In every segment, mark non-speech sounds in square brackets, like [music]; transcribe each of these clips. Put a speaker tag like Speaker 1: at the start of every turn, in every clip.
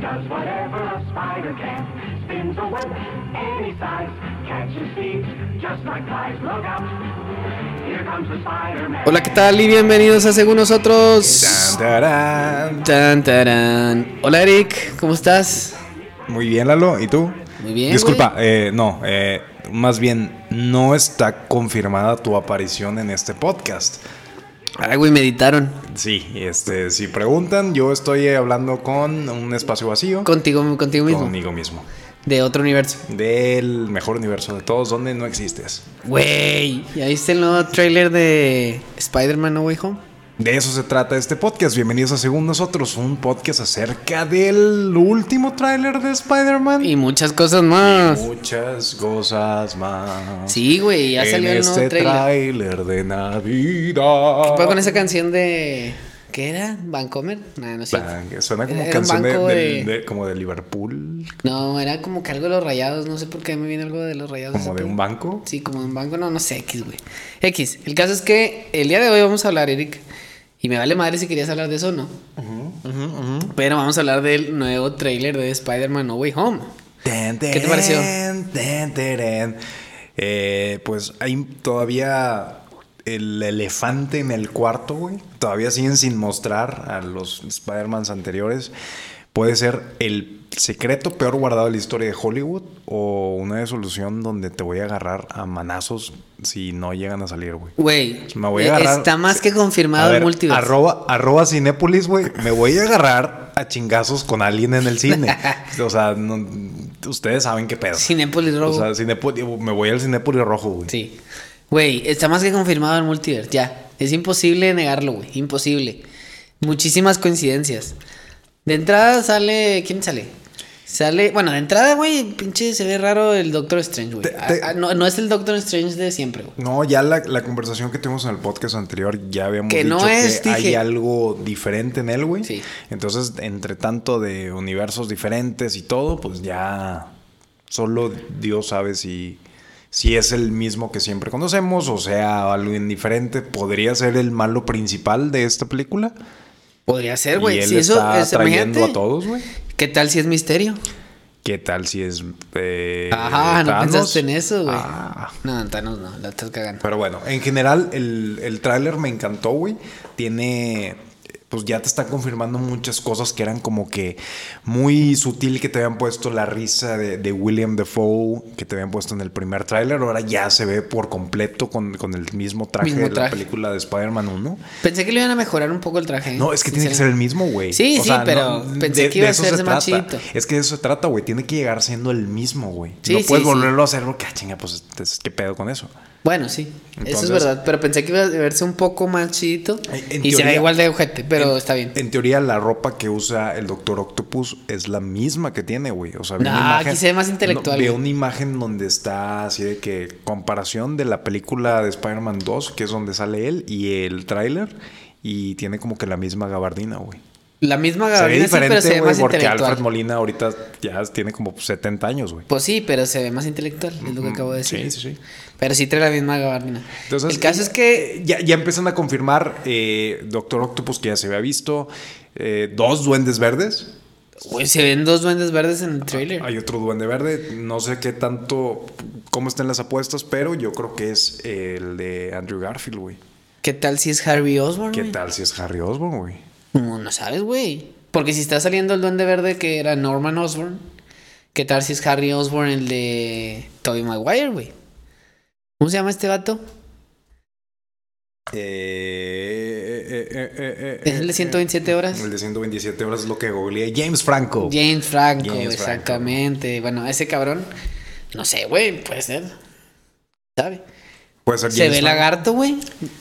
Speaker 1: does whatever a spider can. Spins a web any size, catches thieves just like flies. Look out, here comes the Spider-Man.
Speaker 2: Hola, ¿qué tal? Y bienvenidos a Según Nosotros.
Speaker 3: Tarán.
Speaker 2: Tan, tarán. Hola, Eric, ¿cómo estás?
Speaker 3: Muy bien, Lalo. ¿Y tú?
Speaker 2: Muy bien,
Speaker 3: Disculpa, eh, no, eh, más bien, no está confirmada tu aparición en este podcast.
Speaker 2: Ay, güey, meditaron.
Speaker 3: Sí, este, si preguntan, yo estoy eh, hablando con un espacio vacío.
Speaker 2: Contigo, contigo mismo.
Speaker 3: Conmigo mismo.
Speaker 2: De otro universo.
Speaker 3: Del mejor universo de todos, donde no existes.
Speaker 2: Güey, ¿ya viste el nuevo trailer de Spider-Man No Way Home?
Speaker 3: De eso se trata este podcast. Bienvenidos a Según Nosotros, un podcast acerca del último tráiler de Spider-Man.
Speaker 2: Y muchas cosas más.
Speaker 3: Muchas cosas más.
Speaker 2: Sí, güey, ya salió
Speaker 3: en
Speaker 2: el nuevo
Speaker 3: este
Speaker 2: trailer.
Speaker 3: tráiler de Navidad.
Speaker 2: Fue con esa canción de. ¿Qué era? ¿Vancomer? Nah, no sé.
Speaker 3: Bang, Suena como
Speaker 2: Era un
Speaker 3: canción de,
Speaker 2: banco
Speaker 3: del-
Speaker 2: de-
Speaker 3: de- como de Liverpool,
Speaker 2: No, era como que algo de los rayados. No sé por qué me viene algo de los rayados.
Speaker 3: como
Speaker 2: ese
Speaker 3: de
Speaker 2: pedo.
Speaker 3: un banco.
Speaker 2: Sí, como un banco, no, no sé, X, güey. X, el caso es que el día de hoy vamos a hablar, Eric, y me vale madre si querías hablar de eso o no, pero vamos a hablar del nuevo tráiler de Spider-Man No Way Home.
Speaker 3: ¿Qué
Speaker 2: te pareció?
Speaker 3: pues hay todavía el elefante en el cuarto, güey. Todavía siguen sin mostrar a los Spider-Mans anteriores. Puede ser el secreto peor guardado de la historia de Hollywood o una solución donde te voy a agarrar a manazos si no llegan a salir, güey.
Speaker 2: Güey,
Speaker 3: Me voy a
Speaker 2: eh,
Speaker 3: agarrar-
Speaker 2: está más que confirmado
Speaker 3: A ver,
Speaker 2: el multiverso.
Speaker 3: Arroba, arroba Cinépolis, güey. Me voy a agarrar a chingazos con alguien en
Speaker 2: [laughs]
Speaker 3: el cine. o sea, no- ustedes saben qué pedo.
Speaker 2: Cinépolis Rojo.
Speaker 3: O sea, Cinépolis, me voy al Cinépolis rojo, güey.
Speaker 2: Sí. Güey, está más que confirmado el multiverso, ya. Es imposible negarlo, güey, imposible. Muchísimas coincidencias. De entrada sale, ¿quién sale? Sale, bueno, de entrada, güey, pinche se ve raro el Doctor Strange, güey.
Speaker 3: Te- te-
Speaker 2: Ah, ah, No, no es el Doctor Strange de siempre, güey.
Speaker 3: No, ya la, la conversación que tuvimos en el podcast anterior, ya habíamos
Speaker 2: Que
Speaker 3: dicho
Speaker 2: no es,
Speaker 3: que hay
Speaker 2: dije.
Speaker 3: algo diferente en él, güey.
Speaker 2: Sí.
Speaker 3: Entonces, entre tanto de universos diferentes y todo, pues ya solo Dios sabe si, si es el mismo que siempre conocemos, o sea, algo indiferente. Podría ser el malo principal de esta película.
Speaker 2: Podría ser,
Speaker 3: y
Speaker 2: Eh, güey.
Speaker 3: él
Speaker 2: Si eso
Speaker 3: está
Speaker 2: es,
Speaker 3: trayendo
Speaker 2: imagínate.
Speaker 3: a todos, güey.
Speaker 2: ¿Qué tal si es misterio?
Speaker 3: ¿Qué tal si es. eh,
Speaker 2: Ajá, no
Speaker 3: Thanos?
Speaker 2: pensaste en eso, güey.
Speaker 3: Ah,
Speaker 2: No, Thanos no, la estás cagando.
Speaker 3: Pero bueno, en general el, el tráiler me encantó, güey. Tiene, pues ya te está confirmando muchas cosas que eran como que muy sutil que te habían puesto la risa de, de William Defoe que te habían puesto en el primer tráiler. Ahora ya se ve por completo con, con el mismo traje
Speaker 2: Mismo
Speaker 3: de la
Speaker 2: traje.
Speaker 3: película de Spider-Man 1.
Speaker 2: Pensé que le iban a mejorar un poco el traje.
Speaker 3: No, es que tiene que ser el mismo, güey.
Speaker 2: Sí, sí, pero pensé que iba a
Speaker 3: eso
Speaker 2: ser
Speaker 3: se
Speaker 2: más
Speaker 3: trata.
Speaker 2: chiquito.
Speaker 3: Es que de eso se trata, güey. Tiene que llegar siendo el mismo, güey.
Speaker 2: Sí,
Speaker 3: no
Speaker 2: sí,
Speaker 3: puedes
Speaker 2: sí.
Speaker 3: volverlo a hacer porque, ah, chinga, pues, ¿qué pedo con eso?
Speaker 2: Bueno, sí, eso es
Speaker 3: Entonces-
Speaker 2: verdad. Pero pensé que iba a verse un poco más chidito.
Speaker 3: En- en
Speaker 2: y se ve
Speaker 3: teoría-
Speaker 2: igual de ojete, pero
Speaker 3: en-
Speaker 2: está bien.
Speaker 3: En teoría, la ropa que usa el Doctor Octopus es la misma que tiene, güey. O sea, vi
Speaker 2: Nah,
Speaker 3: una
Speaker 2: Ah, aquí se ve más
Speaker 3: no,
Speaker 2: intelectual,
Speaker 3: vi
Speaker 2: güey.
Speaker 3: una imagen donde está así de que comparación de la película de Spider-Man 2, que es donde sale él, y el tráiler. Y tiene como que la misma gabardina, güey.
Speaker 2: La misma
Speaker 3: Se ve
Speaker 2: gabardina, sí, pero
Speaker 3: diferente,
Speaker 2: se ve
Speaker 3: güey,
Speaker 2: más
Speaker 3: porque Alfred
Speaker 2: intelectual.
Speaker 3: Molina ahorita ya tiene como 70 años, güey.
Speaker 2: Pues sí, pero se ve más intelectual, es lo que acabo de
Speaker 3: Sí,
Speaker 2: decir.
Speaker 3: sí, sí.
Speaker 2: Pero sí trae la misma gabardina.
Speaker 3: Entonces,
Speaker 2: el caso es que
Speaker 3: eh, ya, ya empiezan a confirmar eh, Doctor Octopus, que ya se había visto, eh, dos duendes verdes.
Speaker 2: güey, se ven dos duendes verdes en el trailer.
Speaker 3: Hay otro duende verde, no sé qué tanto, cómo estén las apuestas, pero yo creo que es el de Andrew Garfield, güey.
Speaker 2: ¿Qué tal si es Harvey Osborn?
Speaker 3: ¿Qué
Speaker 2: güey?
Speaker 3: tal si es Harry Osborn, güey?
Speaker 2: No, no sabes, güey. Porque si está saliendo el duende verde que era Norman Osborn, ¿qué tal si es Harry Osborn el de Tobey Maguire, güey? ¿Cómo se llama este vato?
Speaker 3: Eh, eh, eh, eh, eh,
Speaker 2: ¿Es el de
Speaker 3: eh,
Speaker 2: 127 horas?
Speaker 3: El de 127 horas es lo que googleé. James Franco.
Speaker 2: James Franco,
Speaker 3: James Franco.
Speaker 2: exactamente. Bueno, ese cabrón, no sé, güey, puede ser. ¿Sabe?
Speaker 3: Puede ser
Speaker 2: Se
Speaker 3: James
Speaker 2: ve
Speaker 3: Franco.
Speaker 2: lagarto, güey.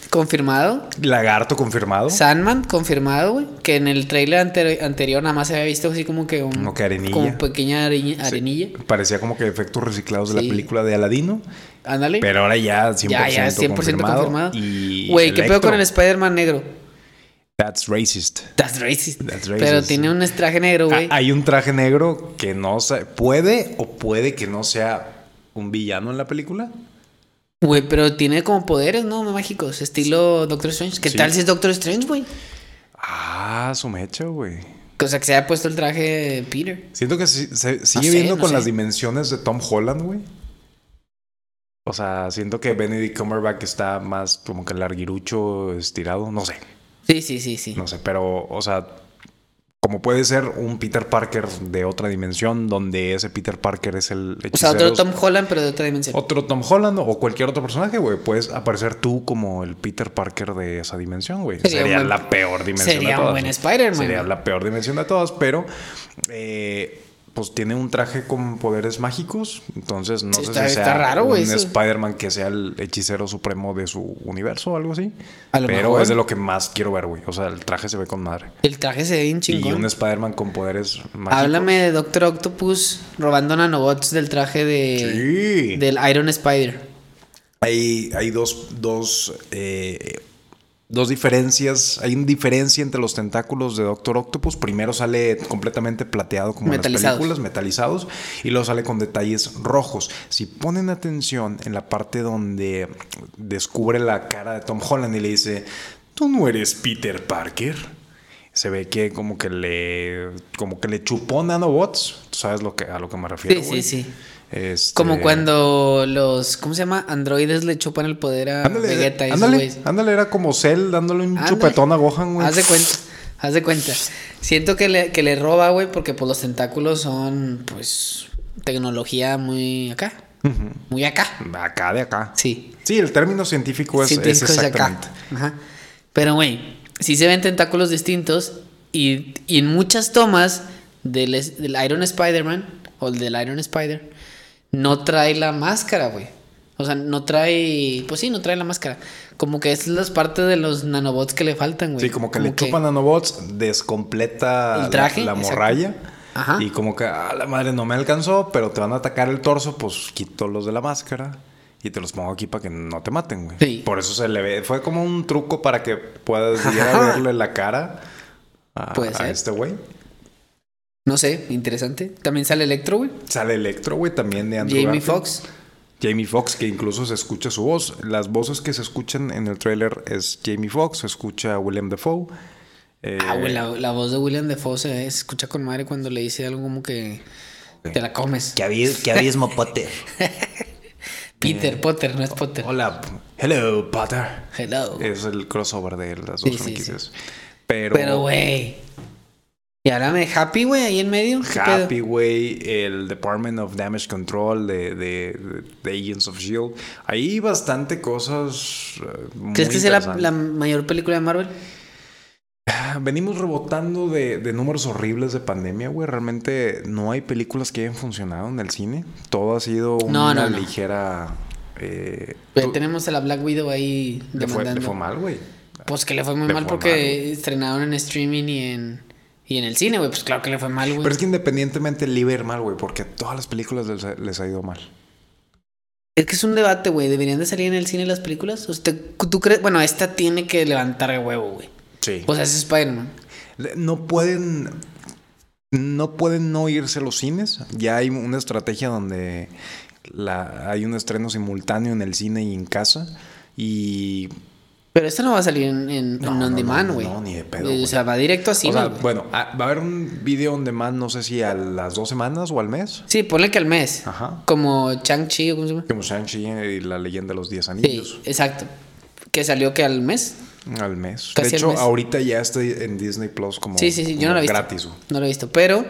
Speaker 2: Confirmado.
Speaker 3: Lagarto confirmado.
Speaker 2: Sandman, confirmado, güey. Que en el trailer anteri- anterior nada más se había visto así como que un...
Speaker 3: Como que arenilla.
Speaker 2: Como pequeña are-
Speaker 3: Sí.
Speaker 2: arenilla.
Speaker 3: Parecía como que efectos reciclados de
Speaker 2: Sí.
Speaker 3: la película de Aladino.
Speaker 2: Ándale.
Speaker 3: Pero ahora ya 100%,
Speaker 2: Ya, ya, 100% confirmado.
Speaker 3: Y
Speaker 2: Güey, ¿qué pedo
Speaker 3: Electro.
Speaker 2: con el Spider-Man negro?
Speaker 3: That's racist.
Speaker 2: That's racist.
Speaker 3: That's
Speaker 2: Pero
Speaker 3: racist.
Speaker 2: tiene un traje negro, güey.
Speaker 3: Ha- Ah, Hay un traje negro que no se puede o puede que no sea un villano en la película.
Speaker 2: Güey, pero tiene como poderes, ¿no? Mágicos, estilo Doctor Strange. ¿Qué
Speaker 3: Sí.
Speaker 2: tal si es Doctor Strange, güey?
Speaker 3: Ah, su mecha, güey.
Speaker 2: O sea, que se haya puesto el traje de Peter.
Speaker 3: Siento que sí- se, sigue
Speaker 2: sé,
Speaker 3: viendo
Speaker 2: no
Speaker 3: con
Speaker 2: sé.
Speaker 3: las dimensiones de Tom Holland, güey. O sea, siento que Benedict Cumberbatch está más como que larguirucho, estirado, no sé,
Speaker 2: Sí, sí, sí, sí.
Speaker 3: no sé, pero, o sea, como puede ser un Peter Parker de otra dimensión, donde ese Peter Parker es el
Speaker 2: o sea, otro
Speaker 3: hechicero-
Speaker 2: Tom Holland, pero de otra dimensión.
Speaker 3: otro Tom Holland o cualquier otro personaje, güey, puedes aparecer tú como el Peter Parker de esa dimensión, güey.
Speaker 2: Sería
Speaker 3: Sería,
Speaker 2: un buen-
Speaker 3: la peor dimensión
Speaker 2: sería
Speaker 3: de
Speaker 2: un
Speaker 3: todas.
Speaker 2: buen
Speaker 3: güey.
Speaker 2: Spider-Man,
Speaker 3: Sería
Speaker 2: güey.
Speaker 3: la peor dimensión de todas, pero eh, pues tiene un traje con poderes mágicos, entonces no
Speaker 2: Sí,
Speaker 3: sé
Speaker 2: está-
Speaker 3: si sea
Speaker 2: está raro, güey,
Speaker 3: un
Speaker 2: eso.
Speaker 3: Spider-Man que sea el hechicero supremo de su universo o algo así.
Speaker 2: A lo
Speaker 3: pero
Speaker 2: mejor.
Speaker 3: es de lo que más quiero ver, güey. O sea, el traje se ve con madre.
Speaker 2: El traje se ve bien
Speaker 3: Y un
Speaker 2: chingón.
Speaker 3: Spider-Man con poderes mágicos.
Speaker 2: Háblame de Doctor Octopus robando nanobots del traje de
Speaker 3: Sí.
Speaker 2: del Iron Spider.
Speaker 3: Hay, hay dos, dos, eh, dos diferencias. Hay una diferencia entre los tentáculos de Doctor Octopus. Primero sale completamente plateado como en las
Speaker 2: Metalizados.
Speaker 3: películas, metalizados, y luego sale con detalles rojos. Si ponen atención en la parte donde descubre la cara de Tom Holland y le dice, tú no eres Peter Parker. Se ve que como que le como que le chupó nanobots, ¿Tú sabes lo que a lo que me refiero.
Speaker 2: Sí, sí,
Speaker 3: güey?
Speaker 2: sí.
Speaker 3: Este-
Speaker 2: Como cuando los, ¿cómo se llama? Androides le chupan el poder a
Speaker 3: Ándale,
Speaker 2: Ah, Vegeta y esos
Speaker 3: ándale,
Speaker 2: güeyes.
Speaker 3: ándale, era como Cell dándole un
Speaker 2: Ándale.
Speaker 3: chupetón a Gohan, güey.
Speaker 2: Haz de cuenta, haz de cuenta. Siento que le, que le roba, güey, porque pues los tentáculos son, pues, tecnología muy acá. Muy acá.
Speaker 3: Acá de acá.
Speaker 2: Sí.
Speaker 3: Sí, el término científico es,
Speaker 2: Sí,
Speaker 3: Pues es
Speaker 2: discos de
Speaker 3: exactamente.
Speaker 2: Ajá. Pero, güey, sí se ven tentáculos distintos y, y en muchas tomas del, es- del Iron Spider-Man o el del Iron Spider no trae la máscara, güey. O sea, no trae... Pues sí, no trae la máscara. Como que es las partes de los nanobots que le faltan, güey.
Speaker 3: Sí, como que le chupan nanobots, descompleta
Speaker 2: El
Speaker 3: la-
Speaker 2: traje,
Speaker 3: la,
Speaker 2: exacto.
Speaker 3: morralla.
Speaker 2: Ajá.
Speaker 3: Y como que, ah, la madre no me alcanzó, pero te van a atacar el torso, pues quito los de la máscara y te los pongo aquí para que no te maten, güey.
Speaker 2: Sí.
Speaker 3: Por eso se le ve. Fue como un truco para que puedas llegar a
Speaker 2: Ajá.
Speaker 3: verle la cara a,
Speaker 2: Puede
Speaker 3: a
Speaker 2: ser.
Speaker 3: este güey.
Speaker 2: No sé, interesante. También sale Electro, güey.
Speaker 3: Sale Electro, güey, también de Andrew
Speaker 2: Jamie
Speaker 3: Garfield.
Speaker 2: Foxx.
Speaker 3: Jamie Foxx, que incluso se escucha su voz. Las voces que se escuchan en el tráiler es Jamie Foxx, se escucha a Willem Dafoe. Eh,
Speaker 2: Ah, güey, la, la voz de William Defoe se se escucha con madre cuando le dice algo como que... Te la comes.
Speaker 4: Que abismo, que abismo Potter.
Speaker 2: [laughs] Peter Potter, no es Potter.
Speaker 3: Eh, Hola, hello, Potter.
Speaker 2: Hello.
Speaker 3: Es el crossover de las dos
Speaker 2: Sí, sí,
Speaker 3: franquicias. Pero,
Speaker 2: Pero, güey. Y háblame de Happy, güey, ahí en medio. ¿Qué pedo?
Speaker 3: Happy Way, el Department of Damage Control de, de- de Agents of Shield. Hay bastante cosas. eh, muy
Speaker 2: ¿Crees que sea la,
Speaker 3: interesantes.
Speaker 2: la mayor película de Marvel?
Speaker 3: Ah, Venimos rebotando de, de números horribles de pandemia, güey. Realmente no hay películas que hayan funcionado en el cine. Todo ha sido
Speaker 2: No,
Speaker 3: una
Speaker 2: no, no.
Speaker 3: ligera. eh,
Speaker 2: Pero
Speaker 3: tú-
Speaker 2: tenemos a la Black Widow ahí
Speaker 3: le, fue,
Speaker 2: demandando.
Speaker 3: le fue mal, güey.
Speaker 2: Pues que le fue muy
Speaker 3: Le
Speaker 2: mal
Speaker 3: fue
Speaker 2: porque
Speaker 3: mal, güey.
Speaker 2: estrenaron en streaming y en, y en el cine, güey. Pues claro que le fue mal, güey.
Speaker 3: Pero es que independientemente le iba a ir mal, güey, porque a todas las películas les, ha- les ha ido mal.
Speaker 2: Es que es un debate, güey. ¿Deberían de salir en el cine las películas? ¿Usted, ¿Tú crees? Bueno, esta tiene que levantar el huevo, güey.
Speaker 3: Sí.
Speaker 2: O sea, es Spider-Man.
Speaker 3: No pueden. No pueden no irse a los cines. Ya hay una estrategia donde la, hay un estreno simultáneo en el cine y en casa. Y
Speaker 2: Pero esta no va a salir en, en,
Speaker 3: No,
Speaker 2: en
Speaker 3: no,
Speaker 2: On
Speaker 3: no,
Speaker 2: Demand,
Speaker 3: no,
Speaker 2: güey.
Speaker 3: no, ni de pedo,
Speaker 2: O
Speaker 3: güey.
Speaker 2: sea, va directo a
Speaker 3: o
Speaker 2: cine,
Speaker 3: sea, pues-
Speaker 2: güey.
Speaker 3: bueno, a- va a haber un video on demand, no sé si a las dos semanas o al mes.
Speaker 2: Sí, ponle que al mes.
Speaker 3: Ajá.
Speaker 2: Como Chang-Chi o cómo se llama.
Speaker 3: Como Shang-Chi y la leyenda de los 10
Speaker 2: Sí,
Speaker 3: anillos.
Speaker 2: exacto. Que salió que al mes.
Speaker 3: Al mes.
Speaker 2: Casi al
Speaker 3: de hecho,
Speaker 2: mes.
Speaker 3: ahorita ya estoy en Disney Plus como,
Speaker 2: sí, sí, sí. Yo no
Speaker 3: como
Speaker 2: lo he visto.
Speaker 3: gratis. güey.
Speaker 2: No lo he visto. Pero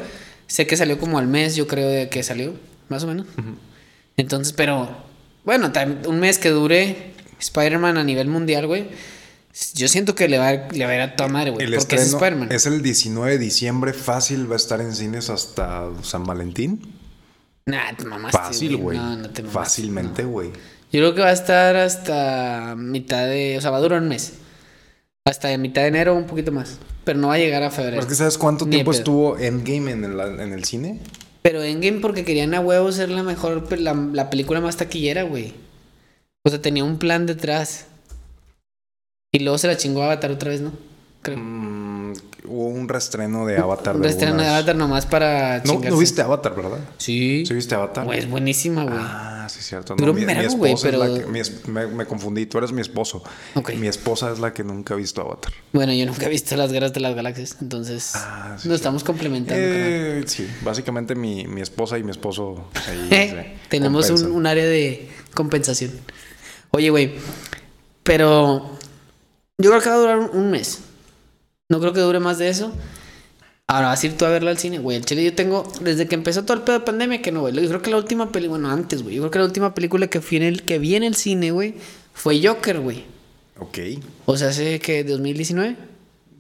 Speaker 2: sé que salió como al mes, yo creo de que salió, más o menos. Entonces, pero bueno, tam- un mes que dure Spider-Man a nivel mundial, güey. Yo siento que le va, a- le va a ir a toda madre, güey.
Speaker 3: El
Speaker 2: Porque
Speaker 3: estreno
Speaker 2: es Spider-Man.
Speaker 3: es el 19 de diciembre, fácil, va a estar en cines hasta San Valentín.
Speaker 2: Nah, te mamaste.
Speaker 3: Fácil, güey.
Speaker 2: Ah, No, no te mamaste,
Speaker 3: Fácilmente,
Speaker 2: no.
Speaker 3: güey.
Speaker 2: Yo creo que va a estar hasta mitad de. O sea, va a durar un mes. Hasta mitad de enero, un poquito más. Pero no va a llegar a febrero.
Speaker 3: Pero es que ¿sabes cuánto
Speaker 2: Ni de
Speaker 3: tiempo
Speaker 2: pedo.
Speaker 3: estuvo Endgame en el, en el cine?
Speaker 2: Pero Endgame porque querían a huevo ser la mejor, pe- la, la película más taquillera, güey. O sea, tenía un plan detrás. Y luego se la chingó Avatar otra vez, ¿no? Creo.
Speaker 3: Mm, hubo un restreno de Avatar.
Speaker 2: Un
Speaker 3: de
Speaker 2: estreno de
Speaker 3: algunas-
Speaker 2: Avatar nomás para
Speaker 3: No,
Speaker 2: chingarse.
Speaker 3: no viste Avatar, ¿verdad?
Speaker 2: Sí.
Speaker 3: ¿Sí viste Avatar?
Speaker 2: Güey, es buenísima, güey.
Speaker 3: Ah, sí, es cierto.
Speaker 2: Pues, Duró un
Speaker 3: mi, mi
Speaker 2: vergo,
Speaker 3: esposa
Speaker 2: güey,
Speaker 3: es la
Speaker 2: pero-
Speaker 3: que- mi es- me, me confundí, tú eres mi esposo.
Speaker 2: Ok.
Speaker 3: Mi esposa es la que nunca ha visto Avatar.
Speaker 2: Bueno, yo nunca he visto las guerras de las galaxias, entonces
Speaker 3: Ah, sí,
Speaker 2: nos
Speaker 3: sí.
Speaker 2: estamos complementando. carnal.
Speaker 3: Eh, sí, básicamente mi, mi esposa y mi esposo.
Speaker 2: [laughs]
Speaker 3: ahí se
Speaker 2: Eh, Tenemos un,
Speaker 3: compensan.
Speaker 2: un área de compensación. Oye, güey, pero yo creo que va a durar un, un mes. No creo que dure más de eso. Ahora vas a ir tú a verla al cine, güey. El chile yo tengo, desde que empezó todo el pedo de pandemia, que no, güey. Yo creo que la última película, bueno, antes, güey. Yo creo que la última película que, fui en el, que vi en el cine, güey, fue Joker, güey.
Speaker 3: Ok.
Speaker 2: O sea, hace que 2019.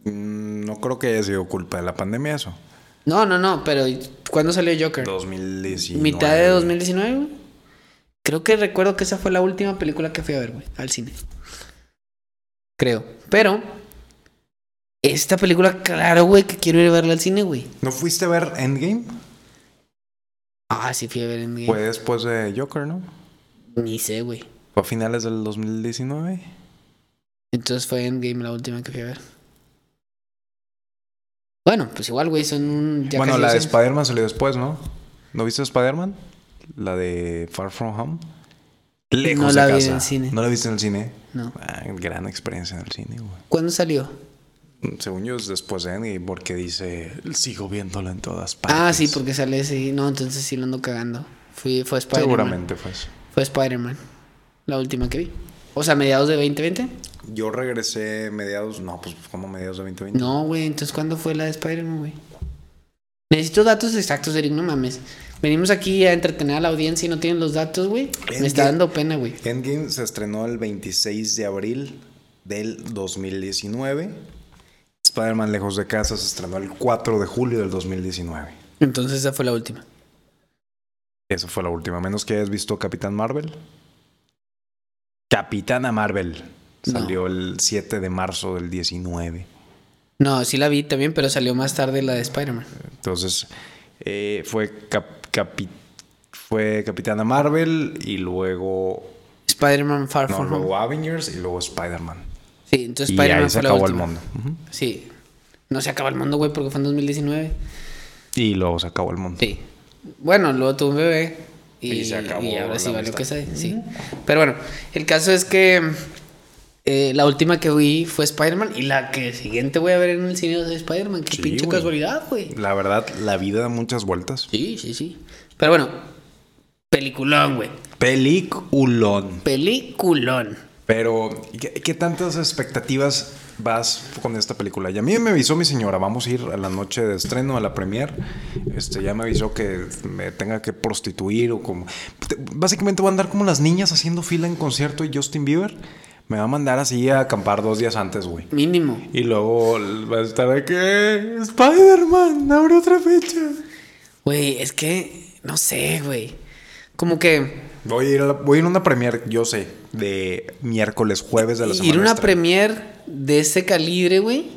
Speaker 3: Mm, No creo que haya sido culpa de la pandemia eso.
Speaker 2: No, no, no, pero ¿cuándo salió Joker?
Speaker 3: 2019.
Speaker 2: ¿Mitad de 2019? güey? Creo que recuerdo que esa fue la última película que fui a ver, güey, al cine. Creo. Pero, esta película, claro, güey, que quiero ir a verla al cine, güey.
Speaker 3: ¿No fuiste a ver Endgame?
Speaker 2: Ah, sí fui a ver en
Speaker 3: Fue después de Joker, ¿no?
Speaker 2: Ni sé, güey.
Speaker 3: Fue a finales del 2019.
Speaker 2: Entonces fue Endgame la última que fui a ver. Bueno, pues igual, güey, son un... ya
Speaker 3: bueno,
Speaker 2: casi
Speaker 3: la
Speaker 2: dos
Speaker 3: de
Speaker 2: años.
Speaker 3: Spider-Man salió después, ¿no? ¿No viste Spider-Man? La de Far From Home. Lejos
Speaker 2: la
Speaker 3: de
Speaker 2: vi en
Speaker 3: casa.
Speaker 2: el cine.
Speaker 3: ¿No la viste en el cine?
Speaker 2: No.
Speaker 3: Ah, gran experiencia en el cine, güey.
Speaker 2: ¿Cuándo salió?
Speaker 3: Según yo es después de Endgame porque dice, sigo viéndola en todas partes.
Speaker 2: Ah, sí, porque sale ese... No, entonces sí lo ando cagando. Fui, fue Spider-Man.
Speaker 3: Seguramente fue eso.
Speaker 2: Fue Spider-Man, la última que vi. O sea, mediados de 2020.
Speaker 3: Yo regresé mediados, no, pues como mediados de 2020.
Speaker 2: No, güey, entonces ¿cuándo fue la de Spider-Man, güey? Necesito datos exactos, Eric, no mames. Venimos aquí a entretener a la audiencia y no tienen los datos, güey.
Speaker 3: Es
Speaker 2: Me está
Speaker 3: que-
Speaker 2: dando pena, güey.
Speaker 3: Endgame se estrenó el 26 de abril del 2019. Spider-Man Lejos de Casa se estrenó el 4 de julio del 2019.
Speaker 2: Entonces esa fue la última.
Speaker 3: Esa fue la última, a menos que hayas visto Capitán Marvel. Capitana Marvel salió el 7 de marzo del 19.
Speaker 2: No, sí la vi también, pero salió más tarde la de Spider-Man.
Speaker 3: Entonces, eh, fue, cap- capi- fue Capitana Marvel y luego,
Speaker 2: Spider-Man Far
Speaker 3: no,
Speaker 2: From
Speaker 3: luego
Speaker 2: Home.
Speaker 3: Avengers y luego Spider-Man.
Speaker 2: Sí, entonces
Speaker 3: Y ahí
Speaker 2: Spider-Man
Speaker 3: se
Speaker 2: fue la
Speaker 3: acabó el
Speaker 2: última.
Speaker 3: mundo. Ujú.
Speaker 2: Sí. No se acabó el mundo, güey, porque fue en 2019.
Speaker 3: Y luego se acabó el mundo.
Speaker 2: Sí. Bueno, luego tuve un bebé. Y,
Speaker 3: Y se acabó
Speaker 2: y ahora
Speaker 3: la
Speaker 2: sí valió
Speaker 3: amistad.
Speaker 2: que sé. Sí. Pero bueno, el caso es que eh, la última que vi fue Spider-Man. Y la que siguiente voy a ver en el cine es Spider-Man. Qué
Speaker 3: Sí,
Speaker 2: pinche
Speaker 3: güey.
Speaker 2: casualidad, güey.
Speaker 3: La verdad, la vida da muchas vueltas.
Speaker 2: Sí, sí, sí. Pero bueno, peliculón, güey.
Speaker 3: Peliculón.
Speaker 2: Peliculón.
Speaker 3: Pero, ¿qué, qué tantas expectativas vas con esta película? Y a mí me avisó mi señora, vamos a ir a la noche de estreno, a la premier. Este, ya me avisó que me tenga que prostituir o como... Te- Básicamente voy a andar como las niñas haciendo fila en concierto y Justin Bieber me va a mandar así a acampar dos días antes, güey.
Speaker 2: Mínimo.
Speaker 3: Y luego va a estar de que... Spider-Man, abre otra fecha.
Speaker 2: Güey, es que no sé, güey. Como que
Speaker 3: Voy a ir a, la- voy a ir a una premier, yo sé, de miércoles, jueves de la semana.
Speaker 2: ir a
Speaker 3: de
Speaker 2: una
Speaker 3: estreno.
Speaker 2: premier de ese calibre, güey.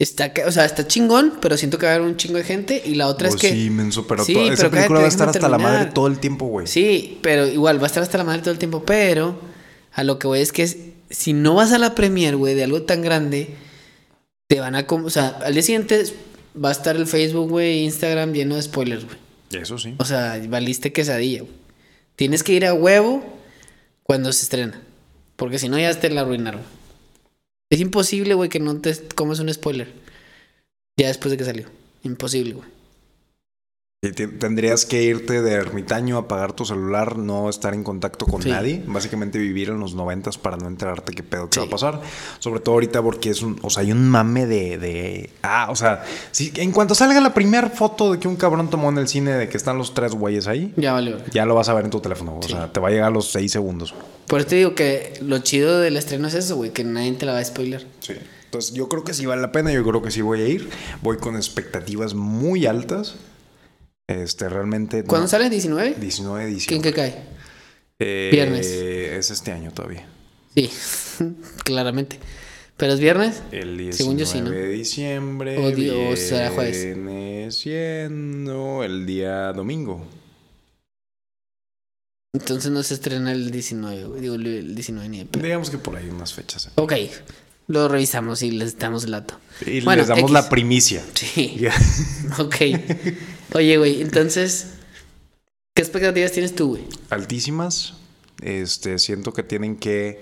Speaker 2: Está, ca- o sea, está chingón, pero siento que va a haber un chingo de gente. Y la otra
Speaker 3: Pues
Speaker 2: es que.
Speaker 3: sí, menso, pero
Speaker 2: Sí,
Speaker 3: toda-
Speaker 2: pero
Speaker 3: esa película va a
Speaker 2: cállate,
Speaker 3: estar hasta
Speaker 2: déjame
Speaker 3: la madre
Speaker 2: terminar.
Speaker 3: todo el tiempo, güey.
Speaker 2: Sí, pero igual va a estar hasta la madre todo el tiempo. Pero a lo que voy es que es- si no vas a la premier, güey, de algo tan grande, te van a. com- O sea, al día siguiente va a estar el Facebook, güey, Instagram lleno de spoilers, güey.
Speaker 3: Eso sí.
Speaker 2: O sea, valiste quesadilla, güey. Tienes que ir a huevo cuando se estrena. Porque si no, ya te la arruinaron. Es imposible, güey, que no te comas un spoiler. Ya después de que salió. Imposible, güey.
Speaker 3: Y te- Tendrías que irte de ermitaño, apagar tu celular, no estar en contacto con
Speaker 2: Sí.
Speaker 3: nadie. Básicamente vivir en los noventas para no enterarte qué pedo que
Speaker 2: Sí.
Speaker 3: va a pasar. Sobre todo ahorita porque es un... O sea, hay un mame de... de- ah, o sea, si, en cuanto salga la primera foto de que un cabrón tomó en el cine de que están los tres güeyes ahí,
Speaker 2: Ya vale, güey.
Speaker 3: ya lo vas a ver en tu teléfono. O
Speaker 2: Sí.
Speaker 3: sea, te va a llegar a los seis segundos.
Speaker 2: Por eso te digo que lo chido del estreno es eso, güey, que nadie te la va a spoiler.
Speaker 3: Sí. Entonces yo creo que sí vale la pena, yo creo que sí voy a ir. Voy con expectativas muy altas. Este, realmente...
Speaker 2: ¿Cuándo
Speaker 3: no-
Speaker 2: sale? ¿19?
Speaker 3: 19 de
Speaker 2: ¿Quién
Speaker 3: diciembre.
Speaker 2: que cae?
Speaker 3: Eh,
Speaker 2: Viernes.
Speaker 3: Es este año todavía.
Speaker 2: Sí, [laughs] claramente. ¿Pero es viernes?
Speaker 3: El 19
Speaker 2: Según yo sí, ¿no?
Speaker 3: de diciembre.
Speaker 2: O di- o será jueves.
Speaker 3: Viene siendo el día domingo.
Speaker 2: Entonces no se estrena el 19, güey. Digo, el 19 ni de pedo.
Speaker 3: Digamos que por ahí unas fechas.
Speaker 2: Ok, lo revisamos y les damos el dato.
Speaker 3: Y
Speaker 2: Bueno,
Speaker 3: les damos
Speaker 2: X.
Speaker 3: la
Speaker 2: [laughs]
Speaker 3: primicia. [laughs]
Speaker 2: Sí, [laughs]
Speaker 3: Ya.
Speaker 2: ok. Oye, güey, entonces, ¿Qué expectativas tienes tú, güey?
Speaker 3: altísimas. Este, siento que tienen que.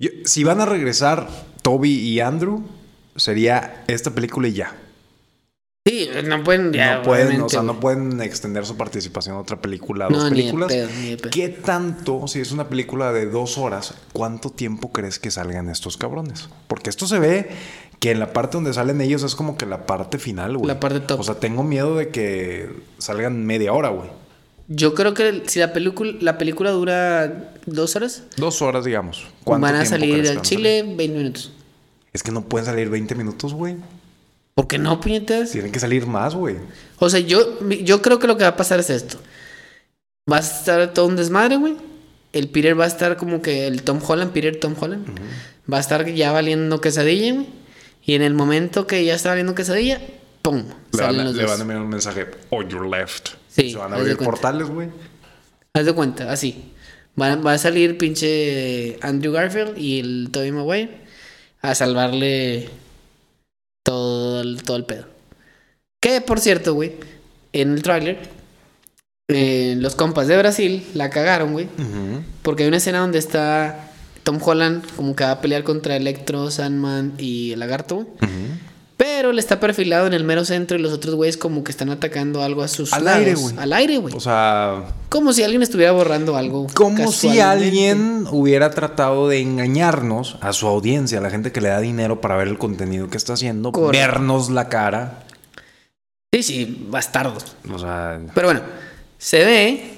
Speaker 3: yo- si van a regresar Toby y Andrew, sería esta película y ya.
Speaker 2: Sí, no pueden. Ya,
Speaker 3: no pueden, o
Speaker 2: obviamente,
Speaker 3: sea, no
Speaker 2: güey.
Speaker 3: pueden extender su participación a otra película, a dos
Speaker 2: No, ni de
Speaker 3: películas.
Speaker 2: pedo, ni de pedo.
Speaker 3: ¿Qué tanto, si es una película de dos horas, cuánto tiempo crees que salgan estos cabrones? Porque esto se ve que en la parte donde salen ellos es como que la parte final, güey.
Speaker 2: La parte top.
Speaker 3: O sea, tengo miedo de que salgan media hora, güey.
Speaker 2: Yo creo que si la película, la película dura dos horas,
Speaker 3: Dos horas, digamos. ¿Cuánto
Speaker 2: van a
Speaker 3: tiempo crees
Speaker 2: salir
Speaker 3: que
Speaker 2: al
Speaker 3: van a
Speaker 2: Chile 20 minutos.
Speaker 3: Es que no pueden salir 20 minutos, güey.
Speaker 2: ¿Por qué no, puñetas?
Speaker 3: Tienen que salir más, güey.
Speaker 2: O sea, yo, yo creo que lo que va a pasar es esto. Va a estar todo un desmadre, güey. El Peter va a estar como que el Tom Holland, Peter Tom Holland. Va a estar ya valiendo quesadilla, güey. Y en el momento que ya está valiendo quesadilla, ¡pum!
Speaker 3: Le van,
Speaker 2: Salen
Speaker 3: a-
Speaker 2: los
Speaker 3: le
Speaker 2: dos.
Speaker 3: van a enviar un mensaje. On your left.
Speaker 2: Sí,
Speaker 3: Se van a
Speaker 2: haz de
Speaker 3: abrir
Speaker 2: cuenta.
Speaker 3: portales, güey.
Speaker 2: Haz de cuenta, así. Va, va a salir pinche Andrew Garfield y el Tobey Maguire a salvarle todo el, todo el pedo. Que, por cierto, güey, en el tráiler, eh, los compas de Brasil la cagaron, güey. Porque hay una escena donde está Tom Holland como que va a pelear contra Electro, Sandman y el lagarto. güey. Pero le está perfilado en el mero centro y los otros güeyes como que están atacando algo a sus
Speaker 3: Al aire,
Speaker 2: lados.
Speaker 3: güey.
Speaker 2: Al aire, güey.
Speaker 3: O sea,
Speaker 2: Como si alguien estuviera borrando algo.
Speaker 3: como si
Speaker 2: casualmente.
Speaker 3: alguien hubiera tratado de engañarnos a su audiencia, a la gente que le da dinero para ver el contenido que está haciendo,
Speaker 2: Correcto.
Speaker 3: vernos la cara.
Speaker 2: Sí, sí, bastardos.
Speaker 3: O sea,
Speaker 2: Pero bueno, se ve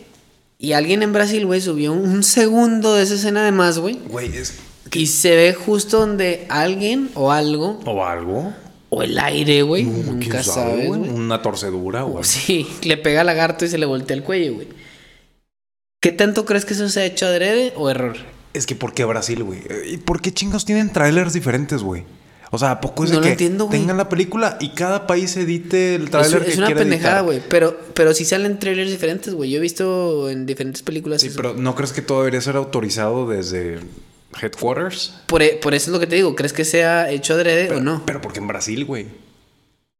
Speaker 2: y alguien en Brasil, güey, subió un- un segundo de esa escena de más, güey.
Speaker 3: güey, es.
Speaker 2: Y se ve justo donde alguien o algo,
Speaker 3: O algo.
Speaker 2: o el aire, güey,
Speaker 3: Mm, ¿quién
Speaker 2: nunca
Speaker 3: sabe,
Speaker 2: sabes,
Speaker 3: güey?
Speaker 2: güey.
Speaker 3: Una torcedura o algo.
Speaker 2: Sí, le pega al lagarto y se le voltea el cuello, güey. ¿Qué tanto crees que eso se ha hecho adrede o error?
Speaker 3: Es que ¿por qué Brasil, güey? ¿Y por qué chingos tienen trailers diferentes, güey? O sea, ¿a poco es de
Speaker 2: No lo
Speaker 3: que
Speaker 2: entiendo, güey.
Speaker 3: tengan la película y cada país edite el
Speaker 2: Es,
Speaker 3: trailer que
Speaker 2: es una
Speaker 3: quiera
Speaker 2: pendejada,
Speaker 3: editar?
Speaker 2: güey. Pero, pero sí salen trailers diferentes, güey. Yo he visto en diferentes películas.
Speaker 3: Sí,
Speaker 2: eso.
Speaker 3: pero ¿no crees que todo debería ser autorizado desde headquarters?
Speaker 2: Por, e- por eso es lo que te digo. ¿Crees que sea hecho adrede o no?
Speaker 3: Pero porque en Brasil, güey.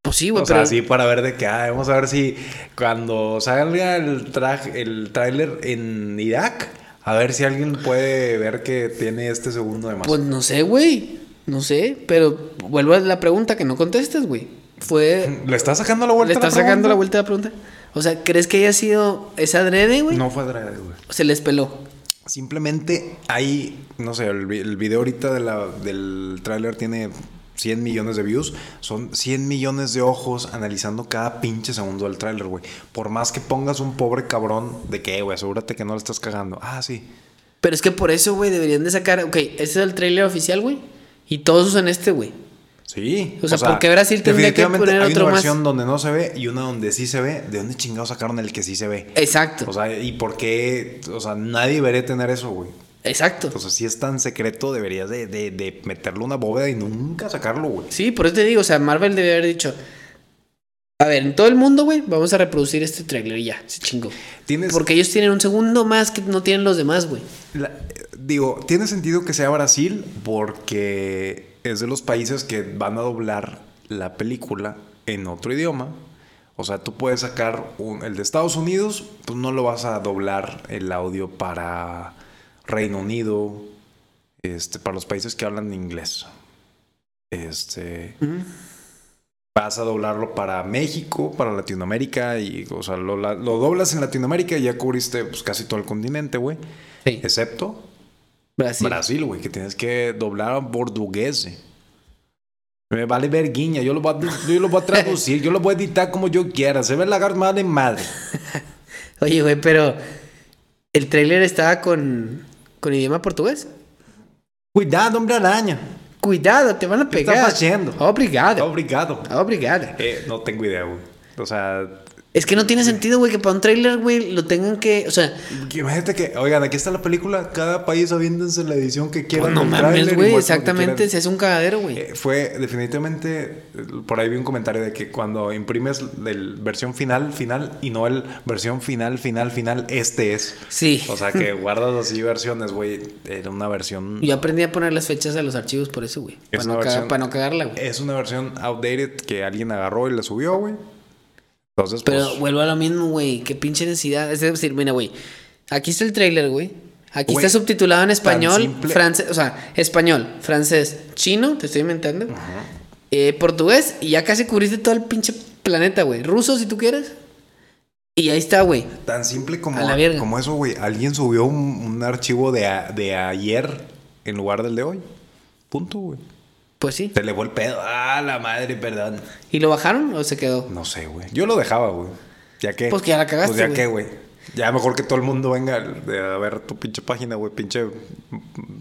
Speaker 2: pues sí, güey,
Speaker 3: O sea,
Speaker 2: pero.
Speaker 3: sí, para ver de qué. ah, vamos a ver si cuando salga el traje, el tráiler en Irak, a ver si alguien puede ver que tiene este segundo de más.
Speaker 2: Pues no sé, güey. No sé, pero vuelvo a la pregunta que no contestas, güey. Fue.
Speaker 3: [laughs] ¿Le está sacando la [laughs] vuelta?
Speaker 2: ¿Le
Speaker 3: a la
Speaker 2: estás sacando
Speaker 3: pregunta?
Speaker 2: la vuelta a la pregunta? O sea, ¿crees que haya sido es adrede, güey?
Speaker 3: No fue adrede, güey.
Speaker 2: Se les peló.
Speaker 3: Simplemente hay, no sé, el, vi- el video ahorita de la- del tráiler tiene 100 millones de views. Son 100 millones de ojos analizando cada pinche segundo del tráiler, güey. Por más que pongas un pobre cabrón de que, güey, asegúrate que no le estás cagando. Ah, sí.
Speaker 2: Pero es que por eso, güey, deberían de sacar. Ok, este es el trailer oficial, güey. Y todos usan este, güey.
Speaker 3: Sí.
Speaker 2: O sea, ¿por qué Brasil tendría que
Speaker 3: definitivamente
Speaker 2: poner
Speaker 3: hay
Speaker 2: otro
Speaker 3: una
Speaker 2: más?
Speaker 3: versión donde no se ve y una donde sí se ve. ¿De dónde chingados sacaron el que sí se ve?
Speaker 2: Exacto.
Speaker 3: O sea, ¿y por qué? O sea, nadie debería tener eso, güey.
Speaker 2: exacto.
Speaker 3: O sea, si es tan secreto, deberías de, de, de meterle una bóveda y nunca sacarlo, güey.
Speaker 2: Sí, por eso te digo, o sea, Marvel debe haber dicho. A ver, en todo el mundo, güey, vamos a reproducir este trailer y ya, se chingó.
Speaker 3: Tienes,
Speaker 2: Porque ellos tienen un segundo más que no tienen los demás, güey.
Speaker 3: la- digo, tiene sentido que sea Brasil porque es de los países que van a doblar la película en otro idioma. O sea, tú puedes sacar un- el de Estados Unidos, pues no lo vas a doblar el audio para Reino Unido, este, para los países que hablan inglés. Este, vas a doblarlo para México, para Latinoamérica y, o sea, lo, la- lo doblas en Latinoamérica y ya cubriste pues, casi todo el continente, güey.
Speaker 2: Sí,
Speaker 3: Excepto
Speaker 2: Brasil.
Speaker 3: Brasil, güey, que tienes que doblar a portugués. Me vale verguiña, yo lo, voy a, yo lo voy a traducir, yo lo voy a editar como yo quiera. Se ve la más de madre.
Speaker 2: Oye, güey, pero el trailer estaba con, con idioma portugués.
Speaker 3: Cuidado, hombre araña.
Speaker 2: Cuidado, te van a pegar.
Speaker 3: estás haciendo?
Speaker 2: Obrigado.
Speaker 3: Obrigado.
Speaker 2: Obrigada.
Speaker 3: Eh, no tengo idea, güey. O sea,
Speaker 2: Es que no tiene sentido, güey, que para un trailer, güey, lo tengan que. O sea,
Speaker 3: imagínate que, oigan, aquí está la película, cada país aviéndense la edición que
Speaker 2: pues
Speaker 3: quieran.
Speaker 2: no
Speaker 3: del
Speaker 2: mames,
Speaker 3: tráiler,
Speaker 2: güey.
Speaker 3: igual que lo que
Speaker 2: Exactamente,
Speaker 3: quieran.
Speaker 2: se hace un cagadero, güey.
Speaker 3: Eh, fue definitivamente, eh, por ahí vi un comentario de que cuando imprimes el versión final, final, y no el versión final, final, final, este es.
Speaker 2: Sí.
Speaker 3: O sea que guardas así versiones, güey. Era una versión.
Speaker 2: Yo aprendí a poner las fechas a los archivos por eso, güey.
Speaker 3: Es
Speaker 2: Para
Speaker 3: una
Speaker 2: no, cagar-
Speaker 3: versión-
Speaker 2: para no cagarla, güey.
Speaker 3: Es una versión outdated que alguien agarró y la subió, güey. Entonces,
Speaker 2: Pero
Speaker 3: pues,
Speaker 2: vuelvo a lo mismo, güey. Qué pinche necesidad. Es decir, mira, güey. Aquí está el trailer, güey. Aquí
Speaker 3: Güey,
Speaker 2: está subtitulado en español,
Speaker 3: simple.
Speaker 2: francés, o sea, español, francés, chino, te estoy inventando, eh, portugués, y ya casi cubriste todo el pinche planeta, güey. Ruso, si tú quieres. Y ahí está, güey.
Speaker 3: tan simple como,
Speaker 2: A la verga.
Speaker 3: como eso, güey. Alguien subió un, un archivo de, a- de ayer en lugar del de hoy. Punto, güey.
Speaker 2: Pues sí.
Speaker 3: Se le fue el pedo. Ah, la madre, perdón.
Speaker 2: ¿Y lo bajaron o se quedó?
Speaker 3: No sé, güey. Yo lo dejaba, güey. ¿Ya qué?
Speaker 2: Pues que ya la cagaste,
Speaker 3: Pues ya
Speaker 2: güey.
Speaker 3: qué, güey. Ya mejor que todo el mundo venga a ver tu pinche página, güey. Pinche mm,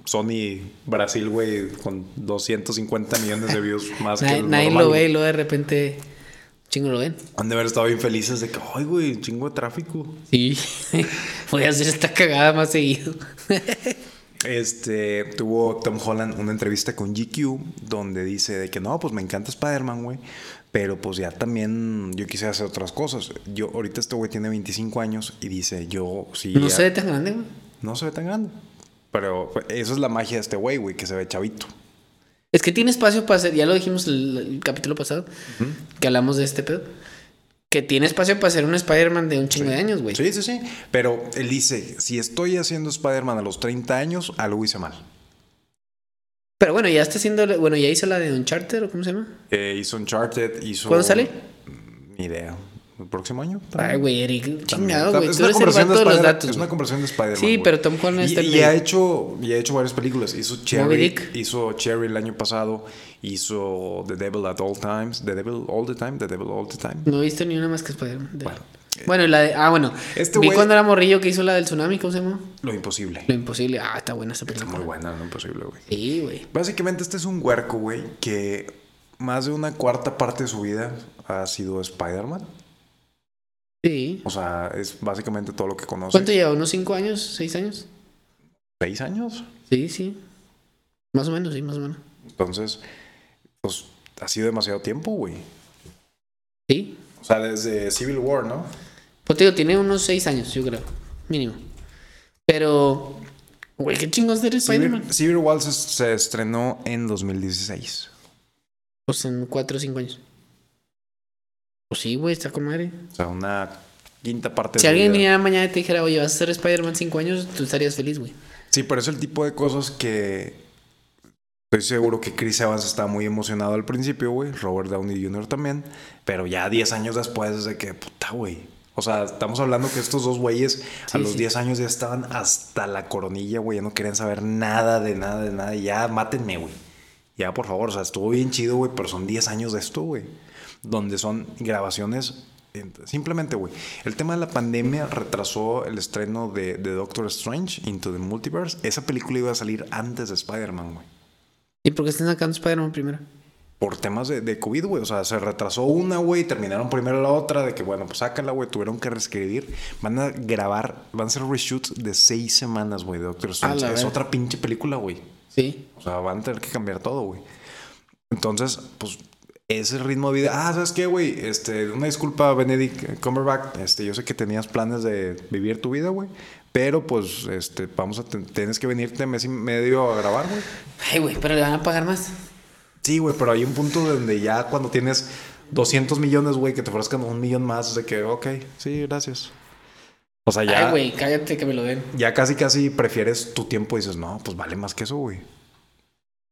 Speaker 3: Sony Brasil, güey, con 250 millones de views
Speaker 2: [laughs]
Speaker 3: más Ah, que
Speaker 2: Nadie,
Speaker 3: el
Speaker 2: nadie
Speaker 3: normal,
Speaker 2: lo
Speaker 3: güey.
Speaker 2: ve y luego de repente. Chingo lo ven.
Speaker 3: Han de haber estado bien felices de que, ay, güey, un chingo de tráfico.
Speaker 2: Sí. [laughs] Voy a hacer esta cagada más seguido.
Speaker 3: Este, tuvo Tom Holland una entrevista con GQ donde dice de que no, pues me encanta Spider-Man, güey, pero pues ya también yo quise hacer otras cosas. Yo, ahorita este güey tiene 25 años [laughs] y dice, yo sí.
Speaker 2: No
Speaker 3: ya-
Speaker 2: se ve tan grande, güey.
Speaker 3: No se ve tan grande. Pero eso es la magia de este güey, güey, que se ve chavito.
Speaker 2: Es que tiene espacio para hacer, ya lo dijimos el, el capítulo pasado, que hablamos de este pedo, que tiene espacio para hacer un Spider-Man de un chingo de años, güey.
Speaker 3: Sí, sí, sí. Pero él dice, si estoy haciendo Spider-Man a los 30 años, algo hice mal.
Speaker 2: Pero bueno, ya está haciendo, bueno, ya hizo la de Uncharted, ¿o cómo se llama?
Speaker 3: Eh, hizo Uncharted, hizo... Mm,
Speaker 2: ¿Cuándo sale?
Speaker 3: Ni idea. ¿El próximo año?
Speaker 2: Ay, güey, Eric, chingado, güey.
Speaker 3: También. Es
Speaker 2: Tú
Speaker 3: una
Speaker 2: eres el
Speaker 3: conversación de
Speaker 2: vato de los
Speaker 3: Spider-
Speaker 2: datos,
Speaker 3: Es una
Speaker 2: güey.
Speaker 3: conversación de Spider-Man.
Speaker 2: Sí,
Speaker 3: güey.
Speaker 2: pero Tom Holland
Speaker 3: y,
Speaker 2: está en
Speaker 3: y
Speaker 2: medio.
Speaker 3: ha hecho Y ha hecho varias películas. Hizo
Speaker 2: Moby
Speaker 3: Cherry.
Speaker 2: Dick.
Speaker 3: Hizo Cherry el año pasado. Hizo The Devil at All Times. The Devil All the Time. The Devil All the Time.
Speaker 2: No he visto ni una más que Spider-Man. de-
Speaker 3: Bueno, eh.
Speaker 2: Bueno, y la de, ah, bueno,
Speaker 3: Este
Speaker 2: vi
Speaker 3: güey-
Speaker 2: cuando era morrillo que hizo la del tsunami, ¿cómo se llama?
Speaker 3: Lo imposible.
Speaker 2: Lo imposible, ah, está buena esa
Speaker 3: Está
Speaker 2: película.
Speaker 3: muy buena, lo imposible, güey.
Speaker 2: Sí, güey.
Speaker 3: Básicamente este es un huerco, güey, que más de una cuarta parte de su vida ha sido Spider-Man.
Speaker 2: Sí.
Speaker 3: O sea, es básicamente todo lo que conoce.
Speaker 2: ¿Cuánto lleva? ¿Unos cinco años? ¿Seis años?
Speaker 3: ¿Seis años?
Speaker 2: Sí, sí. Más o menos, sí, más o menos.
Speaker 3: Entonces, pues ha sido demasiado tiempo, güey.
Speaker 2: Sí,
Speaker 3: O sea, desde Civil War, ¿no?
Speaker 2: Pues te digo, tiene unos 6 años, yo creo. Mínimo. Pero. Güey, qué chingos eres Spider-Man.
Speaker 3: Civil, Civil War se, se estrenó en 2016.
Speaker 2: Pues en 4 o 5 años. Pues sí, güey, está con madre.
Speaker 3: O sea, una quinta parte
Speaker 2: Si
Speaker 3: de su
Speaker 2: alguien
Speaker 3: vida.
Speaker 2: viniera mañana y te dijera, oye, vas a ser Spider-Man 5 años, tú estarías feliz, güey.
Speaker 3: Sí, pero es el tipo de cosas que estoy seguro que Chris Evans estaba muy emocionado al principio, güey. Robert Downey Jr. también. Pero ya 10 años después es de que, puta, güey. O sea, estamos hablando que estos dos güeyes
Speaker 2: Sí,
Speaker 3: a los
Speaker 2: sí.
Speaker 3: 10 años ya estaban hasta la coronilla, güey. Ya no querían saber nada de nada, de nada. Ya mátenme, güey. Ya, por favor. O sea, estuvo bien chido, güey. Pero son 10 años de esto, güey. Donde son grabaciones. en- Simplemente, güey. El tema de la pandemia retrasó el estreno de, de Doctor Strange Into the Multiverse. Esa película iba a salir antes de Spider-Man, güey
Speaker 2: ¿Y por qué están sacando Spider-Man primero?
Speaker 3: por temas de, de COVID, güey. O sea, se retrasó una, güey, y terminaron primero la otra, de que, bueno, pues sácala, güey, tuvieron que reescribir. Van a grabar, van a hacer reshoots de seis semanas, güey, de Doctor Strange.
Speaker 2: la
Speaker 3: Es
Speaker 2: verga.
Speaker 3: otra pinche película, güey.
Speaker 2: Sí.
Speaker 3: O sea, van a tener que cambiar todo, güey. Entonces, pues, ese ritmo de vida. Ah, ¿sabes qué, güey? Este, una disculpa, Benedict Cumberbatch. Este, yo sé que tenías planes de vivir tu vida, güey. Pero, pues, este, vamos a... ten- tienes que venirte mes y medio a grabar, güey.
Speaker 2: Ay, güey, pero le van a pagar más.
Speaker 3: Sí, güey, pero hay un punto donde ya cuando tienes 200 millones, güey, que te ofrezcan un millón más, es de que, ok, sí, gracias. O sea, ya,
Speaker 2: Ay, güey, cállate que me lo den.
Speaker 3: ya casi, casi prefieres tu tiempo y dices, no, pues vale más que eso, güey.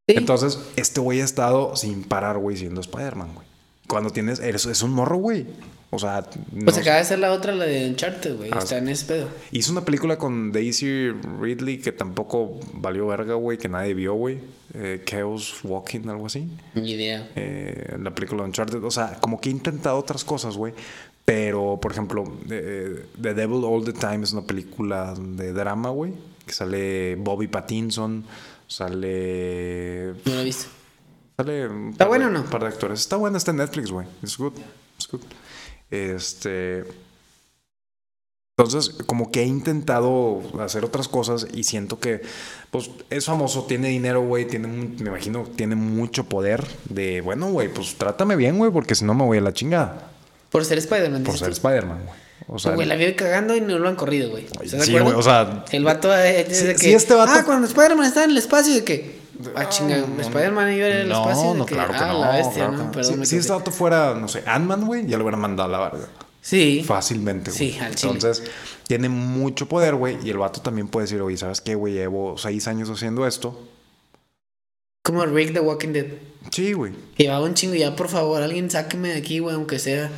Speaker 2: Sí.
Speaker 3: Entonces, este güey ha estado sin parar, güey, siendo Spider-Man, güey. Cuando tienes, eres, es un morro, güey. O sea, no
Speaker 2: pues
Speaker 3: sé.
Speaker 2: acaba de hacer la otra, la de Uncharted, güey.
Speaker 3: Ah,
Speaker 2: está en ese pedo.
Speaker 3: hizo una película con Daisy Ridley que tampoco valió verga, güey, que nadie vio, güey. Eh, Chaos Walking, algo así.
Speaker 2: Ni idea.
Speaker 3: eh, la película de Uncharted. O sea, como que he intentado otras cosas, güey. Pero, por ejemplo, eh, The Devil All the Time es una película de drama, güey. Que sale Bobby Pattinson, sale.
Speaker 2: No lo he visto.
Speaker 3: sale un
Speaker 2: ¿Está
Speaker 3: par
Speaker 2: bueno
Speaker 3: de-
Speaker 2: o no?
Speaker 3: un par de actores. Está buena, está en Netflix, güey. It's good. It's good. Este. Entonces, como que he intentado hacer otras cosas y siento que, pues, es famoso, tiene dinero, güey, tiene, mu- me imagino, tiene mucho poder de, bueno, güey, pues trátame bien, güey, porque si no me voy a la chingada
Speaker 2: Por ser Spider-Man.
Speaker 3: por
Speaker 2: dices
Speaker 3: ser
Speaker 2: tú.
Speaker 3: Spider-Man, güey. O sea,
Speaker 2: Pues, Güey, la vio cagando y no lo han corrido, güey. ¿Estás de
Speaker 3: sí, güey,
Speaker 2: acuerdo?
Speaker 3: o sea,
Speaker 2: El vato eh, es
Speaker 3: Sí,
Speaker 2: de que,
Speaker 3: sí, este vato-
Speaker 2: Ah, cuando Spider-Man está en el espacio, de que. Ah, chinga,
Speaker 3: no,
Speaker 2: Spider-Man iba en el
Speaker 3: no,
Speaker 2: espacio. de
Speaker 3: no, claro que
Speaker 2: ah,
Speaker 3: no.
Speaker 2: la bestia,
Speaker 3: claro que
Speaker 2: ¿no?
Speaker 3: no.
Speaker 2: Perdón,
Speaker 3: Si-
Speaker 2: me
Speaker 3: si este
Speaker 2: equivoqué.
Speaker 3: vato fuera, no sé, Ant-Man, güey, ya lo hubieran mandado a la verga.
Speaker 2: Sí.
Speaker 3: Fácilmente, güey.
Speaker 2: Sí, al chile.
Speaker 3: Entonces, tiene mucho poder, güey. Y el vato también puede decir, oye, ¿sabes qué, güey? Llevo seis años haciendo esto.
Speaker 2: Como Rick the Walking Dead.
Speaker 3: Sí, güey.
Speaker 2: Llevaba un chingo, ya por favor, alguien sáqueme de aquí, güey, aunque sea.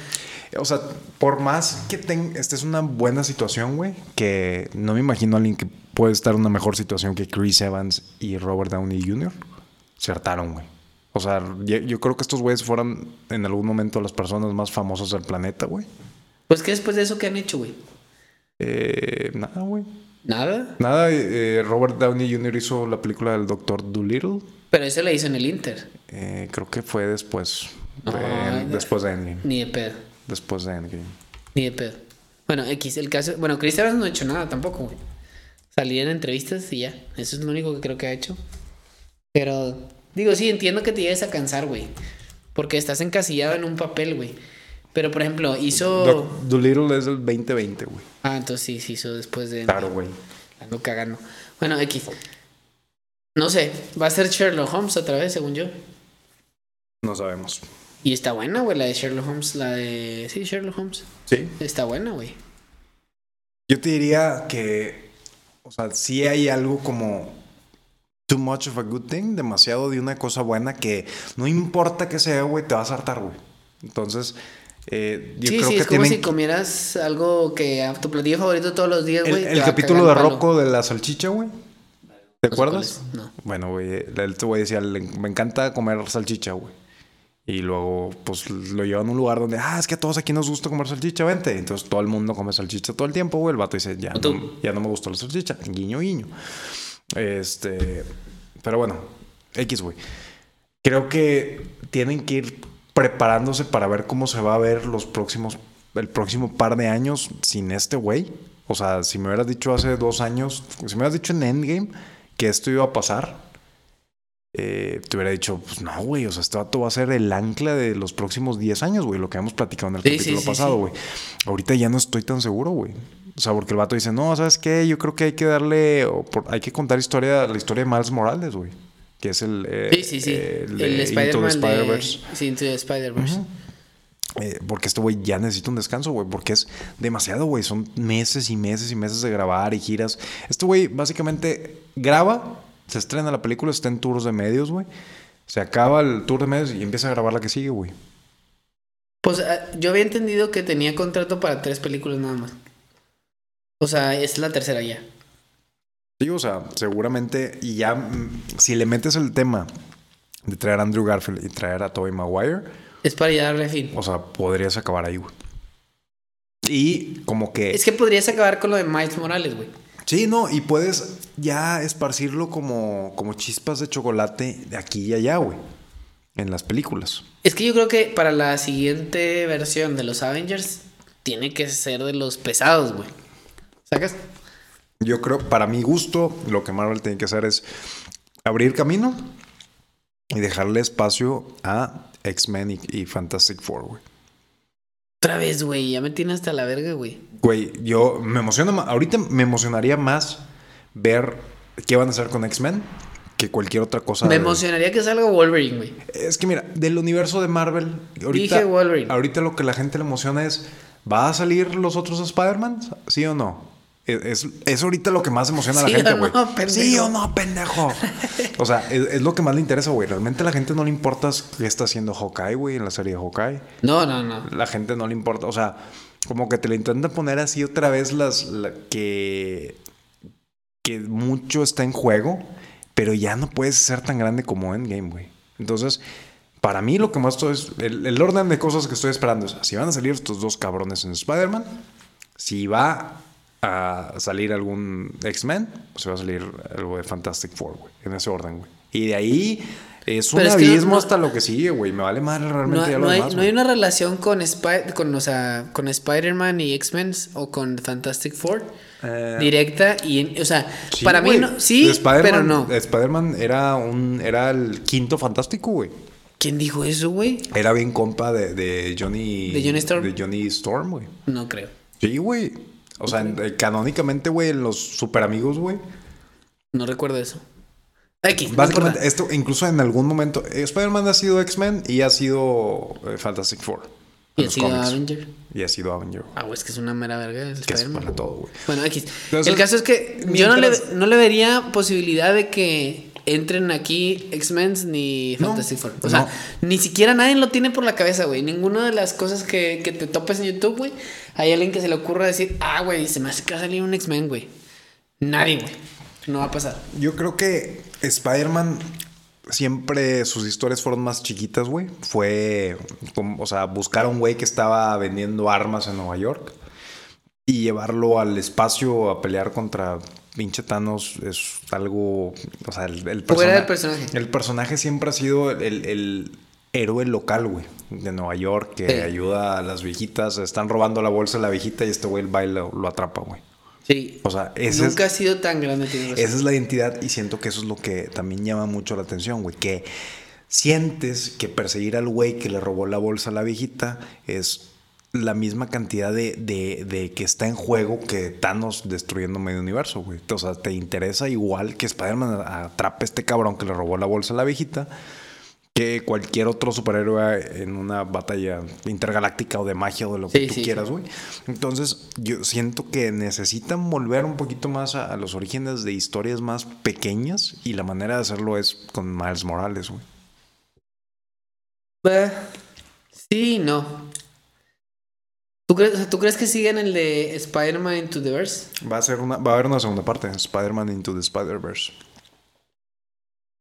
Speaker 3: O sea, por más que ten- esta es una buena situación, güey, que no me imagino a alguien que puede estar en una mejor situación que Chris Evans y Robert Downey Jr. Se hartaron, güey. O sea, yo, yo creo que estos güeyes fueron en algún momento las personas más famosas del planeta, güey.
Speaker 2: Pues que después de eso, ¿qué han hecho, güey?
Speaker 3: Eh, nada, güey.
Speaker 2: Nada.
Speaker 3: Nada, eh, Robert Downey Jr. hizo la película del Doctor Dolittle.
Speaker 2: Pero eso la hizo en el Inter.
Speaker 3: Eh, creo que fue después. de-
Speaker 2: Ay,
Speaker 3: después de Endgame.
Speaker 2: Ni de pedo.
Speaker 3: Después de Endgame.
Speaker 2: Ni de pedo. Bueno, X, el caso. Bueno, Chris Evans no ha hecho nada tampoco, güey. Salí en entrevistas y ya. Eso es lo único que creo que ha hecho. Pero, digo, sí, entiendo que te llegues a cansar, güey. Porque estás encasillado en un papel, güey. Pero, por ejemplo, hizo.
Speaker 3: Doc Dolittle es del 2020, güey.
Speaker 2: Ah, entonces sí, se hizo después de.
Speaker 3: Claro, güey.
Speaker 2: Ando cagando. Bueno, X. No sé, va a ser Sherlock Holmes otra vez, según yo.
Speaker 3: No sabemos.
Speaker 2: Y está buena, güey, la de Sherlock Holmes. La de. Sí, Sherlock Holmes.
Speaker 3: Sí.
Speaker 2: Está buena, güey.
Speaker 3: Yo te diría que, o sea, sí hay algo como too much of a good thing, demasiado de una cosa buena que no importa que sea, güey, te vas a hartar, güey. Entonces, eh, yo
Speaker 2: sí,
Speaker 3: creo
Speaker 2: sí,
Speaker 3: que
Speaker 2: es como
Speaker 3: tienen
Speaker 2: si comieras algo que a tu platillo favorito todos los días,
Speaker 3: el,
Speaker 2: güey. te
Speaker 3: el
Speaker 2: va a
Speaker 3: capítulo de
Speaker 2: cagar el palo.
Speaker 3: Rocco de la salchicha, güey. ¿Te
Speaker 2: No sé
Speaker 3: acuerdas?
Speaker 2: cuál es, no.
Speaker 3: Bueno, güey, el- este güey decía, "Le- me encanta comer salchicha, güey. Y luego, pues, lo llevan a un lugar donde, ah, es que a todos aquí nos gusta comer salchicha, vente. Entonces, todo el mundo come salchicha todo el tiempo, güey. El vato dice, ya,
Speaker 2: ¿O tú?
Speaker 3: no, ya no me gustó la salchicha. Guiño, guiño. Este, pero bueno, X, güey. Creo que tienen que ir preparándose para ver cómo se va a ver los próximos, el próximo par de años sin este güey. O sea, si me hubieras dicho hace dos años, si me hubieras dicho en Endgame que esto iba a pasar, eh, te hubiera dicho, pues no, güey, o sea, este vato va a ser el ancla de los próximos 10 años, güey, lo que hemos platicado en el
Speaker 2: Sí,
Speaker 3: capítulo
Speaker 2: sí, sí,
Speaker 3: pasado,
Speaker 2: sí.
Speaker 3: güey. Ahorita ya no estoy tan seguro, güey. O sea, porque el vato dice, no, ¿sabes qué? Yo creo que hay que darle, o por- hay que contar historia, la historia de Miles Morales, güey. Que es el... eh,
Speaker 2: Sí, sí, sí.
Speaker 3: el
Speaker 2: El,
Speaker 3: de Into the
Speaker 2: Spider-Man de-
Speaker 3: Spider-Verse.
Speaker 2: Sí, Into the Spider-Verse.
Speaker 3: Eh, porque este güey ya necesita un descanso, güey. Porque es demasiado, güey. Son meses y meses y meses de grabar y giras. Este güey básicamente graba, se estrena la película, está en tours de medios, güey. Se acaba el tour de medios y empieza a grabar la que sigue, güey.
Speaker 2: Pues ah, yo había entendido que tenía contrato para tres películas nada más. O sea, es la tercera ya.
Speaker 3: Sí, o sea, seguramente. Y ya, mm, si le metes el tema de traer a Andrew Garfield y traer a Tobey Maguire,
Speaker 2: Es para ya darle fin.
Speaker 3: o sea, podrías acabar ahí, güey. Y como que.
Speaker 2: Es que podrías acabar con lo de Miles Morales, güey.
Speaker 3: Sí, no, y puedes ya esparcirlo como, como chispas de chocolate de aquí y allá, güey. En las películas.
Speaker 2: Es que yo creo que para la siguiente versión de los Avengers tiene que ser de los pesados, güey. ¿Sacas?
Speaker 3: Yo creo, para mi gusto, lo que Marvel tiene que hacer es abrir camino y dejarle espacio a X-Men y, y Fantastic Four, güey.
Speaker 2: Otra vez, güey. Ya me tiene hasta la verga, güey.
Speaker 3: Güey, yo me emociona ma- Ahorita me emocionaría más ver qué van a hacer con X-Men que cualquier otra cosa.
Speaker 2: Me
Speaker 3: de-
Speaker 2: emocionaría que salga Wolverine, güey.
Speaker 3: Es que mira, del universo de Marvel, ahorita,
Speaker 2: Dije Wolverine.
Speaker 3: ahorita lo que la gente le emociona es, ¿va a salir los otros Spider-Man? ¿Sí o no? Es, es- es ahorita lo que más emociona a la
Speaker 2: ¿Sí
Speaker 3: gente,
Speaker 2: o
Speaker 3: güey.
Speaker 2: no, pendejo?
Speaker 3: sí o no, pendejo. o sea, es, es lo que más le interesa, güey. Realmente a la gente no le importa qué está haciendo Hawkeye, güey, en la serie de Hawkeye.
Speaker 2: No, no, no.
Speaker 3: La gente no le importa. O sea, como que te le intenta poner así otra vez las la- que, que mucho está en juego, pero ya no puedes ser tan grande como Endgame, güey. Entonces, para mí lo que más estoy es. El, el orden de cosas que estoy esperando es si van a salir estos dos cabrones en Spider-Man, si va a salir algún X-Men, o si va a salir algo de Fantastic Four, güey. En ese orden, güey. Y de ahí. Es un
Speaker 2: Pero es que no-
Speaker 3: abismo
Speaker 2: no-
Speaker 3: hasta lo que sigue, güey. Me vale madre realmente
Speaker 2: No,
Speaker 3: ya lo
Speaker 2: no hay,
Speaker 3: demás,
Speaker 2: no hay
Speaker 3: güey.
Speaker 2: una relación con, Spy- con, o sea, con Spider-Man y X-Men o con Fantastic Four
Speaker 3: Eh,
Speaker 2: directa. y O sea,
Speaker 3: Sí,
Speaker 2: para mí
Speaker 3: güey.
Speaker 2: no. Sí,
Speaker 3: Spider-Man-
Speaker 2: pero no.
Speaker 3: Spider-Man era un era el quinto fantástico, güey.
Speaker 2: ¿Quién dijo eso, güey?
Speaker 3: Era bien compa de, de Johnny
Speaker 2: De Johnny Storm.
Speaker 3: de Johnny Storm, güey.
Speaker 2: No creo.
Speaker 3: Sí, güey. O sea, en- eh, canónicamente, güey, en los super amigos, güey.
Speaker 2: No recuerdo eso. Aquí, no
Speaker 3: Básicamente,
Speaker 2: importa.
Speaker 3: esto incluso en algún momento eh, Spider-Man ha sido X-Men y ha sido eh, Fantastic Four.
Speaker 2: Y
Speaker 3: los
Speaker 2: así de
Speaker 3: cómics.
Speaker 2: Avenger.
Speaker 3: Y ha sido Avenger.
Speaker 2: Ah, güey, es que es una mera verga. el
Speaker 3: que es
Speaker 2: Spider-Man.
Speaker 3: para todo, güey.
Speaker 2: Bueno, X.
Speaker 3: Entonces,
Speaker 2: el caso es que yo no le,
Speaker 3: mientras-
Speaker 2: no le vería posibilidad de que entren aquí X-Men ni
Speaker 3: No,
Speaker 2: Fantastic Four. O sea, ni siquiera nadie lo tiene por la cabeza, güey. Ninguna de las cosas que, que te topes en YouTube, güey, hay alguien que se le ocurra decir, ah, güey, se me hace que va a salir un X-Men, güey. Nadie, güey. No va a pasar.
Speaker 3: Yo creo que Spider-Man siempre sus historias fueron más chiquitas, güey. Fue, como- o sea, buscar a un güey que estaba vendiendo armas en Nueva York y llevarlo al espacio a pelear contra pinche Thanos es algo, o sea, el, el
Speaker 2: Fuera del
Speaker 3: persona-
Speaker 2: personaje.
Speaker 3: El personaje siempre ha sido el, el héroe local, güey, de Nueva York que
Speaker 2: Sí.
Speaker 3: ayuda a las viejitas. Están robando la bolsa de la viejita y este güey el baile lo, lo atrapa, güey.
Speaker 2: Sí.
Speaker 3: O sea, ese es-
Speaker 2: Nunca ha sido tan grande. tienes razón.
Speaker 3: esa es la identidad y siento que eso es lo que también llama mucho la atención, güey. Que sientes que perseguir al güey que le robó la bolsa a la viejita es la misma cantidad de, de- de que está en juego que Thanos destruyendo medio universo, güey. O sea, te interesa igual que Spider-Man atrape a este cabrón que le robó la bolsa a la viejita que cualquier otro superhéroe en una batalla intergaláctica o de magia o de lo que
Speaker 2: Sí,
Speaker 3: tú
Speaker 2: sí,
Speaker 3: quieras, güey. Entonces, yo siento que necesitan volver un poquito más a, a los orígenes de historias más pequeñas y la manera de hacerlo es con Miles Morales, güey.
Speaker 2: Bah, Eh, Sí, no. ¿Tú crees, o sea, ¿Tú crees que siguen el de Spider-Man Into the Verse?
Speaker 3: Va a ser una va a haber una segunda parte, Spider-Man into the Spider-Verse.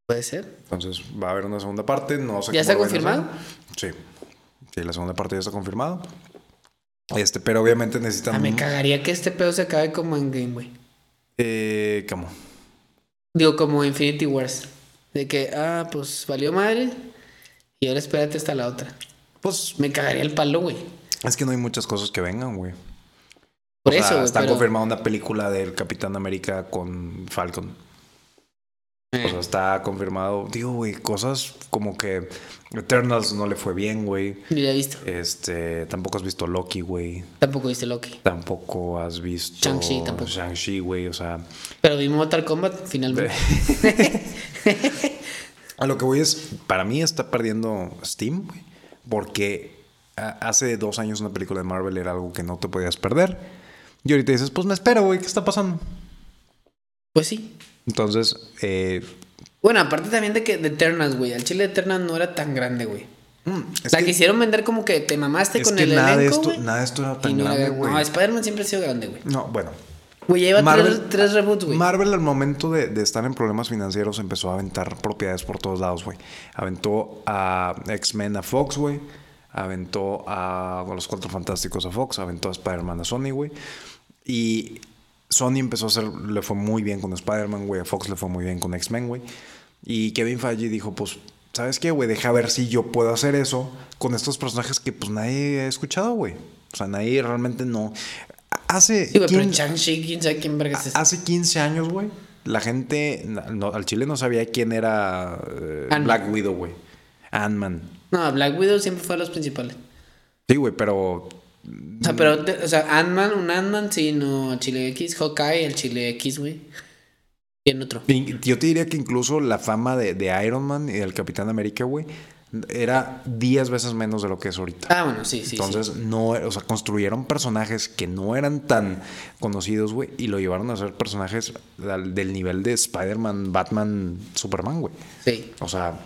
Speaker 2: Puede ser.
Speaker 3: Entonces, va a haber una segunda parte, no sé
Speaker 2: ¿Ya
Speaker 3: cómo
Speaker 2: está
Speaker 3: lo vayan a hacer.
Speaker 2: confirmado? Ah,
Speaker 3: Sí. Sí, la segunda parte ya está confirmada. Este, pero obviamente necesitan
Speaker 2: Ah, me cagaría que este pedo se acabe como en Game Boy.
Speaker 3: eh, ¿cómo?
Speaker 2: Digo, como Infinity Wars. De que, ah, pues valió madre. Y ahora espérate hasta la otra.
Speaker 3: Pues
Speaker 2: Me cagaría el palo, güey.
Speaker 3: es que no hay muchas cosas que vengan, güey.
Speaker 2: Por
Speaker 3: O sea,
Speaker 2: eso, güey.
Speaker 3: está
Speaker 2: pero-
Speaker 3: confirmada ah, una película del Capitán América con Falcon.
Speaker 2: Eh.
Speaker 3: O sea, está confirmado. Digo, güey, cosas como que Eternals no le fue bien, güey.
Speaker 2: Ni la he visto.
Speaker 3: Este, tampoco has visto Loki, güey.
Speaker 2: Tampoco viste Loki.
Speaker 3: Tampoco has visto
Speaker 2: Shang-Chi tampoco.
Speaker 3: Shang-Chi, güey. O sea,
Speaker 2: Pero vi Mortal Kombat finalmente.
Speaker 3: a lo que voy es, para mí está perdiendo Steam, güey. Porque a- hace dos años una película de Marvel era algo que no te podías perder. Y ahorita dices, pues me espero, güey, ¿qué está pasando?
Speaker 2: pues sí.
Speaker 3: Entonces, eh,
Speaker 2: Bueno, aparte también de que de Eternals, güey. Al chile de Eternals no era tan grande, güey.
Speaker 3: mm, es
Speaker 2: o sea,
Speaker 3: que-
Speaker 2: quisieron vender como que te mamaste
Speaker 3: Es
Speaker 2: con
Speaker 3: que
Speaker 2: el
Speaker 3: nada de
Speaker 2: elenco,
Speaker 3: esto,
Speaker 2: güey.
Speaker 3: nada de esto era
Speaker 2: Y
Speaker 3: tan
Speaker 2: no, era-
Speaker 3: grande, güey.
Speaker 2: no, Spider-Man siempre ha sido grande, güey.
Speaker 3: No, bueno.
Speaker 2: Güey, lleva
Speaker 3: Marvel-
Speaker 2: tres, tres reboots, güey.
Speaker 3: Marvel al momento de, de estar en problemas financieros empezó a aventar propiedades por todos lados, güey. Aventó a X-Men a Fox, güey. Aventó a los Cuatro Fantásticos a Fox. Aventó a Spider-Man a Sony, güey. Y Sony empezó a hacer, le fue muy bien con Spider-Man, güey. A Fox le fue muy bien con X-Men, güey. Y Kevin Feige dijo, pues, ¿sabes qué, güey? Deja ver si yo puedo hacer eso con estos personajes que, pues, nadie ha escuchado, güey. O sea, nadie realmente no... Hace...
Speaker 2: Sí, güey, pero
Speaker 3: 15
Speaker 2: Shang-Chi, quién sabe quién verga es ese.
Speaker 3: Hace 15 años, güey, la gente na- no- al chile no sabía quién era eh,
Speaker 2: Ant-Man.
Speaker 3: Black Widow, güey. Ant-Man.
Speaker 2: No, Black Widow siempre fue de los principales.
Speaker 3: Sí, güey, pero
Speaker 2: O sea, pero, te- o sea, Ant-Man, un Ant-Man, sí, no, Chile X, Hawkeye, el Chile X, güey. Y en otro.
Speaker 3: in- yo te diría que incluso la fama de, de Iron Man y del Capitán América, güey, era 10 veces menos de lo que es ahorita.
Speaker 2: Ah, bueno, sí, sí. sí.
Speaker 3: Entonces, no, o sea, construyeron personajes que no eran tan conocidos, güey, y lo llevaron a ser personajes al- del nivel de Spider-Man, Batman, Superman, güey.
Speaker 2: Sí.
Speaker 3: O sea,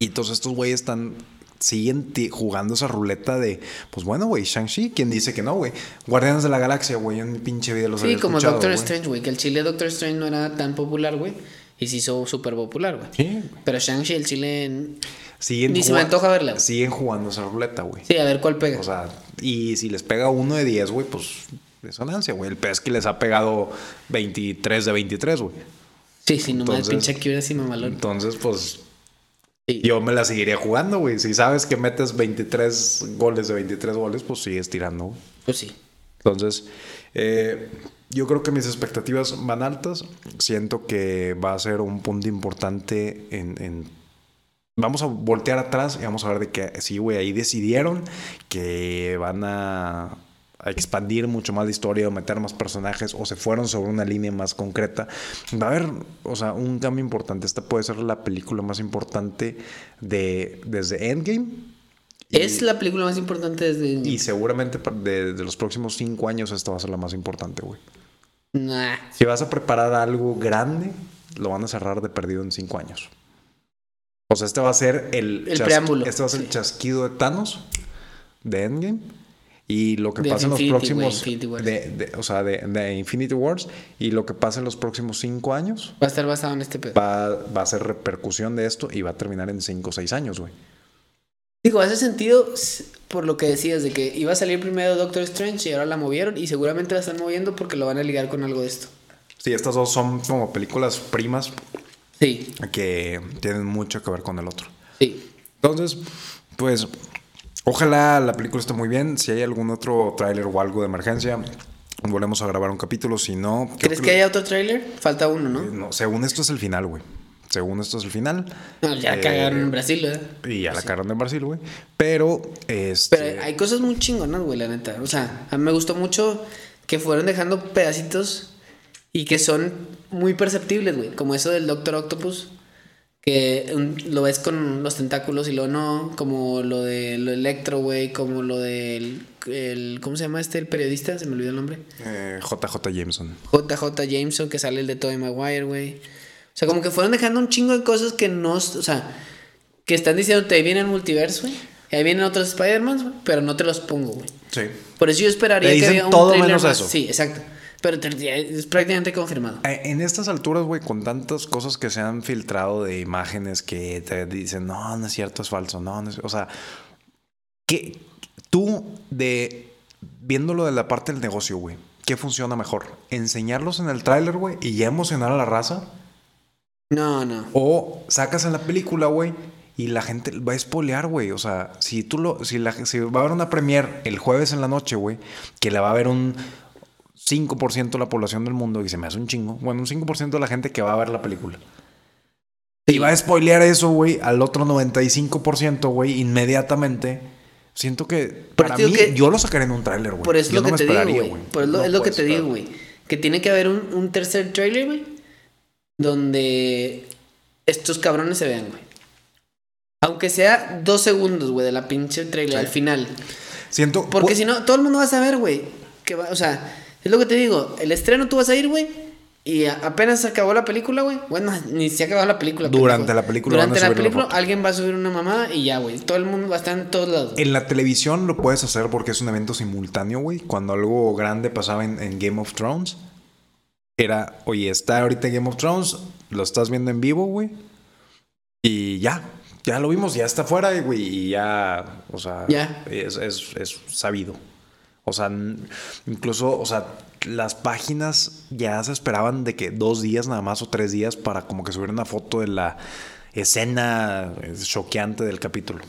Speaker 3: y todos estos güeyes están. Siguen ti- jugando esa ruleta de, pues bueno, güey, Shang-Chi, ¿quién dice que no, güey? Guardianes de la Galaxia, güey, yo en mi pinche vida los
Speaker 2: Sí,
Speaker 3: había
Speaker 2: como
Speaker 3: escuchado,
Speaker 2: Doctor
Speaker 3: güey.
Speaker 2: Strange, güey. Que el Chile Doctor Strange no era tan popular, güey. Y se hizo súper popular, güey.
Speaker 3: Sí, güey.
Speaker 2: Pero Shang-Chi, el Chile. en-
Speaker 3: Siguen
Speaker 2: Ni se me
Speaker 3: jugando-
Speaker 2: antoja verla, güey.
Speaker 3: Siguen jugando esa ruleta, güey.
Speaker 2: Sí, a ver cuál pega.
Speaker 3: O sea, y si les pega uno de 10, güey, pues es ganancia, güey. El pez que les ha pegado 23 de 23, güey.
Speaker 2: sí, sí, nomás
Speaker 3: entonces-
Speaker 2: pinche Cure así mamalón.
Speaker 3: Entonces, pues
Speaker 2: Sí.
Speaker 3: yo me la seguiría jugando, güey. Si sabes que metes 23 goles de 23 goles, pues sigues tirando, güey.
Speaker 2: Pues sí.
Speaker 3: Entonces, eh, yo creo que mis expectativas van altas. Siento que va a ser un punto importante en... en- Vamos a voltear atrás y vamos a ver de que sí, güey, ahí decidieron que van a, a expandir mucho más la historia o meter más personajes o se fueron sobre una línea más concreta. Va a haber, o sea, un cambio importante. Esta puede ser la película más importante de desde Endgame Y-
Speaker 2: Es la película más importante desde.
Speaker 3: Y seguramente pa- de, de los próximos cinco años esta va a ser la más importante, güey.
Speaker 2: Nah.
Speaker 3: Si vas a preparar algo grande, lo van a cerrar de perdido en cinco años. O sea, este va a ser el,
Speaker 2: El preámbulo,
Speaker 3: Este va a ser el
Speaker 2: sí.
Speaker 3: chasquido de Thanos de Endgame. Y lo que
Speaker 2: De
Speaker 3: pasa en los
Speaker 2: Infinity, güey,
Speaker 3: próximos.
Speaker 2: Infinity Wars.
Speaker 3: de, de- o sea, de, de Infinity Wars. Y lo que pasa en los próximos cinco años
Speaker 2: Va a estar basado en este pedo.
Speaker 3: va, va a ser repercusión de esto y va a terminar en cinco o seis años, güey.
Speaker 2: Digo, hace sentido s- por lo que decías de que iba a salir primero Doctor Strange y ahora la movieron y seguramente la están moviendo porque lo van a ligar con algo de esto.
Speaker 3: Sí, estas dos son como películas primas
Speaker 2: Sí,
Speaker 3: que tienen mucho que ver con el otro.
Speaker 2: sí.
Speaker 3: Entonces, pues, ojalá la película esté muy bien. Si hay algún otro tráiler o algo de emergencia, volvemos a grabar un capítulo. Si no, creo
Speaker 2: ¿Crees que haya otro tráiler? Falta uno, ¿no?
Speaker 3: No, según esto es el final, güey. Según esto es el final.
Speaker 2: No, ya
Speaker 3: Eh,
Speaker 2: cagaron en Brasil, ¿verdad?
Speaker 3: Y ya la cagaron en Brasil, güey. Pero, este,
Speaker 2: Pero hay cosas muy chingonas, güey, la neta. O sea, a mí me gustó mucho que fueron dejando pedacitos y que son muy perceptibles, güey. Como eso del Doctor Octopus, que mm, lo ves con los tentáculos y lo no. Como lo de lo Electro, güey. Como lo del. el- ¿Cómo se llama este? El periodista, se me olvidó el nombre.
Speaker 3: eh, JJ Jameson.
Speaker 2: JJ Jameson, que sale el de Tobey Maguire, güey. O sea, como que fueron dejando un chingo de cosas que no. O sea, que están diciendo, te viene el multiverso, güey. y Ahí vienen otros Spider-Man, güey, pero no te los pongo, güey.
Speaker 3: Sí.
Speaker 2: Por eso yo esperaría
Speaker 3: Te
Speaker 2: que
Speaker 3: dicen
Speaker 2: había un
Speaker 3: todo
Speaker 2: tráiler
Speaker 3: menos
Speaker 2: más.
Speaker 3: eso.
Speaker 2: Sí, exacto. Pero te- ya es prácticamente confirmado.
Speaker 3: Eh, En estas alturas, güey, con tantas cosas que se han filtrado de imágenes que te dicen, no, no es cierto, es falso, no, no es... O sea, que tú de viéndolo de la parte del negocio, güey, ¿qué funciona mejor? ¿Enseñarlos en el tráiler, güey, y ya emocionar a la raza?
Speaker 2: No, no.
Speaker 3: ¿O sacas en la película, güey, y la gente va a espolear, güey? O sea, si tú lo... Si, la, si va a haber una premier el jueves en la noche, güey, que la va a ver un... 5% de la población del mundo, y se me hace un chingo. Bueno, un 5% de la gente que va a ver la película. Y va a spoilear eso, güey, al otro 95%, güey, inmediatamente. Siento que para
Speaker 2: digo
Speaker 3: mí,
Speaker 2: que-
Speaker 3: yo lo sacaré en un tráiler, güey.
Speaker 2: Por eso es
Speaker 3: Yo
Speaker 2: lo
Speaker 3: no
Speaker 2: que
Speaker 3: me
Speaker 2: te digo,
Speaker 3: esperaría,
Speaker 2: güey. Por eso
Speaker 3: No
Speaker 2: es lo que
Speaker 3: puedes
Speaker 2: te digo,
Speaker 3: esperar.
Speaker 2: güey. Que tiene que haber un, un tercer trailer, güey. Donde estos cabrones se vean, güey. Aunque sea dos segundos, güey, de la pinche trailer
Speaker 3: Sí. Pues
Speaker 2: al final.
Speaker 3: Siento.
Speaker 2: Porque
Speaker 3: pu-
Speaker 2: si no, todo el mundo va a saber, güey. que va- O sea, es lo que te digo. El estreno tú vas a ir, güey. Y a- apenas se acabó la película, güey. Bueno, [laughs] ni se acabó la película.
Speaker 3: Durante la película van a
Speaker 2: Durante la
Speaker 3: subir una
Speaker 2: película
Speaker 3: foto.
Speaker 2: alguien va a subir una mamada y ya, güey. Todo el mundo va a estar en todos lados.
Speaker 3: En la televisión lo puedes hacer porque es un evento simultáneo, güey. Cuando algo grande pasaba en, en Game of Thrones, era, oye, está ahorita Game of Thrones, lo estás viendo en vivo, güey. Y ya, ya lo vimos, ya está fuera, güey. Y ya, o sea,
Speaker 2: Ya.
Speaker 3: Es, es- es sabido. O sea, n- incluso, o sea, las páginas ya se esperaban de que dos días nada más o tres días para como que subiera una foto de la escena eh, choqueante del capítulo.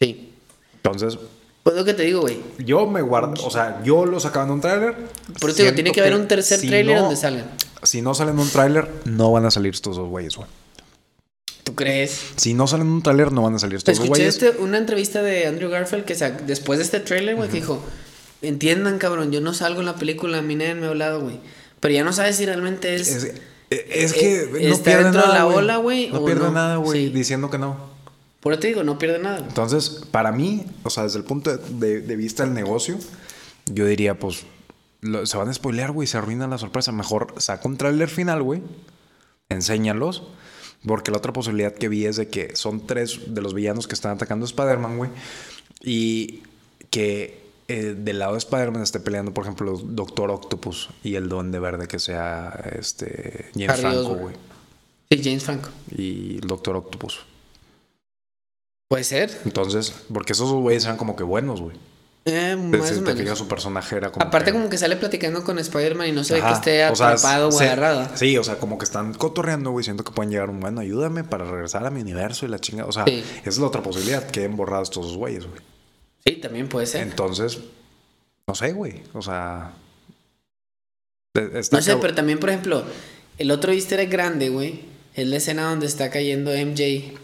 Speaker 2: Sí.
Speaker 3: Entonces,
Speaker 2: Pues lo que te digo, güey.
Speaker 3: yo me guardo, o sea, yo lo sacaba en un tráiler.
Speaker 2: Por eso te digo,
Speaker 3: Siento
Speaker 2: tiene que haber un tercer
Speaker 3: si
Speaker 2: trailer
Speaker 3: no-
Speaker 2: donde salgan.
Speaker 3: Si no salen en un tráiler, no van a salir estos dos güeyes, güey.
Speaker 2: ¿Tú crees?
Speaker 3: Si no salen en un tráiler, no van a salir estos dos
Speaker 2: Escuché
Speaker 3: güeyes.
Speaker 2: este- una entrevista de Andrew Garfield que sa- después de este trailer, güey, que dijo: Entiendan, cabrón, yo no salgo en la película, a mí nadie me ha hablado, güey. Pero ya no sabes si realmente es.
Speaker 3: Es, es que
Speaker 2: este- Eh,
Speaker 3: no
Speaker 2: está
Speaker 3: pierde
Speaker 2: dentro de
Speaker 3: nada,
Speaker 2: la
Speaker 3: güey.
Speaker 2: ola, güey,
Speaker 3: No
Speaker 2: o
Speaker 3: pierde
Speaker 2: no.
Speaker 3: nada, güey,
Speaker 2: Sí.
Speaker 3: diciendo que no.
Speaker 2: Por eso te digo, no pierde nada. güey.
Speaker 3: Entonces, para mí, o sea, desde el punto de, de vista del negocio, yo diría, pues, lo- se van a spoilear, güey, se arruina la sorpresa. Mejor saca un tráiler final, güey, enséñalos, porque la otra posibilidad que vi es de que son tres de los villanos que están atacando a Spider-Man, güey, y que eh, del lado de Spider-Man esté peleando, por ejemplo, Doctor Octopus y el Duende Verde, que sea este James
Speaker 2: Harry
Speaker 3: Franco,
Speaker 2: Osborn.
Speaker 3: güey,
Speaker 2: Sí, James Franco.
Speaker 3: y el Doctor Octopus.
Speaker 2: Puede ser.
Speaker 3: Entonces, porque esos dos güeyes eran como que buenos, güey.
Speaker 2: Eh,
Speaker 3: Te-
Speaker 2: más
Speaker 3: si
Speaker 2: o
Speaker 3: te
Speaker 2: menos.
Speaker 3: fijas, su personaje era como.
Speaker 2: Aparte
Speaker 3: que-
Speaker 2: como que sale platicando con Spider-Man y no se ve que
Speaker 3: Ajá.
Speaker 2: esté
Speaker 3: O sea,
Speaker 2: atrapado o,
Speaker 3: se-
Speaker 2: agarrado.
Speaker 3: Sí, o sea, como que están cotorreando, güey. Siento que pueden llegar un bueno, ayúdame para regresar a mi universo y la chinga. O sea,
Speaker 2: Sí. Eh.
Speaker 3: esa es la otra posibilidad, que hayan borrado estos dos güeyes, güey.
Speaker 2: Sí, también puede ser.
Speaker 3: Entonces, no sé, güey. O sea. e- está
Speaker 2: no sé,
Speaker 3: cab-
Speaker 2: pero también, por ejemplo, el otro easter egg grande, güey, es la escena donde está cayendo MJ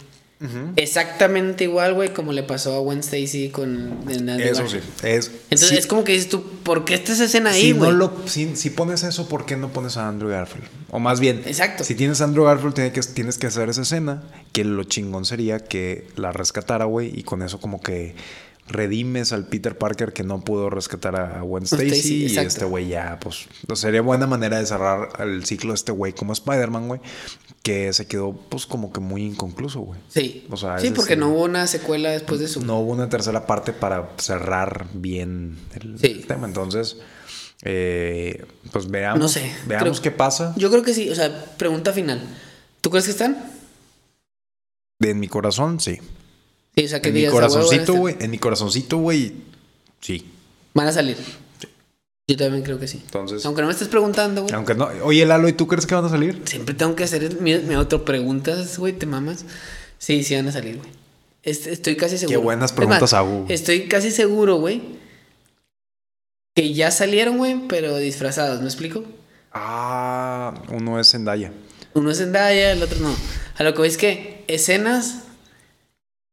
Speaker 2: Exactamente igual, güey, como le pasó a Gwen Stacy con... en Andy
Speaker 3: Eso sí.
Speaker 2: Warhol.
Speaker 3: Es,
Speaker 2: Entonces
Speaker 3: sí,
Speaker 2: es como que dices tú, ¿por qué esta escena ahí,
Speaker 3: si, no
Speaker 2: güey?
Speaker 3: lo- si, si pones eso, ¿por qué no pones a Andrew Garfield? O más bien,
Speaker 2: Exacto.
Speaker 3: si tienes a Andrew Garfield, tiene que, tienes que hacer esa escena, que lo chingón sería que la rescatara, güey, y con eso como que redimes al Peter Parker que no pudo rescatar a a Gwen Stacy,
Speaker 2: Stacy,
Speaker 3: y
Speaker 2: exacto.
Speaker 3: este güey ya, pues, no sería buena manera de cerrar el ciclo de este güey como Spider-Man, güey, que se quedó pues como que muy inconcluso, güey.
Speaker 2: Sí.
Speaker 3: O sea,
Speaker 2: sí,
Speaker 3: ese
Speaker 2: porque
Speaker 3: sí.
Speaker 2: no hubo una secuela después de eso.
Speaker 3: No hubo una tercera parte para cerrar bien el
Speaker 2: Sí.
Speaker 3: tema. Entonces, eh, pues veamos.
Speaker 2: No sé,
Speaker 3: Veamos
Speaker 2: creo-
Speaker 3: qué pasa.
Speaker 2: Yo creo que sí, o sea, pregunta final. ¿Tú crees que están?
Speaker 3: En mi corazón, sí.
Speaker 2: Sí, o sea, que
Speaker 3: En mi
Speaker 2: digas, "A huevo, este". van a
Speaker 3: corazoncito,
Speaker 2: estar".
Speaker 3: güey. En mi corazoncito, güey. Sí.
Speaker 2: Van a salir. Yo también creo que sí.
Speaker 3: Entonces-
Speaker 2: Aunque no me estés preguntando, güey.
Speaker 3: Pues, Aunque no. Oye, Lalo, ¿y tú crees que van a salir?
Speaker 2: Siempre tengo que hacer mi, mi autopreguntas, güey, te mamas. Sí, sí van a salir, güey. Est- estoy casi seguro.
Speaker 3: buenas
Speaker 2: Es
Speaker 3: preguntas,
Speaker 2: más,
Speaker 3: Abu.
Speaker 2: Estoy casi seguro, güey. Que ya salieron, güey, pero disfrazados, ¿me explico?
Speaker 3: Ah, uno es Zendaya.
Speaker 2: Uno es Zendaya, el otro no. A lo que veis que escenas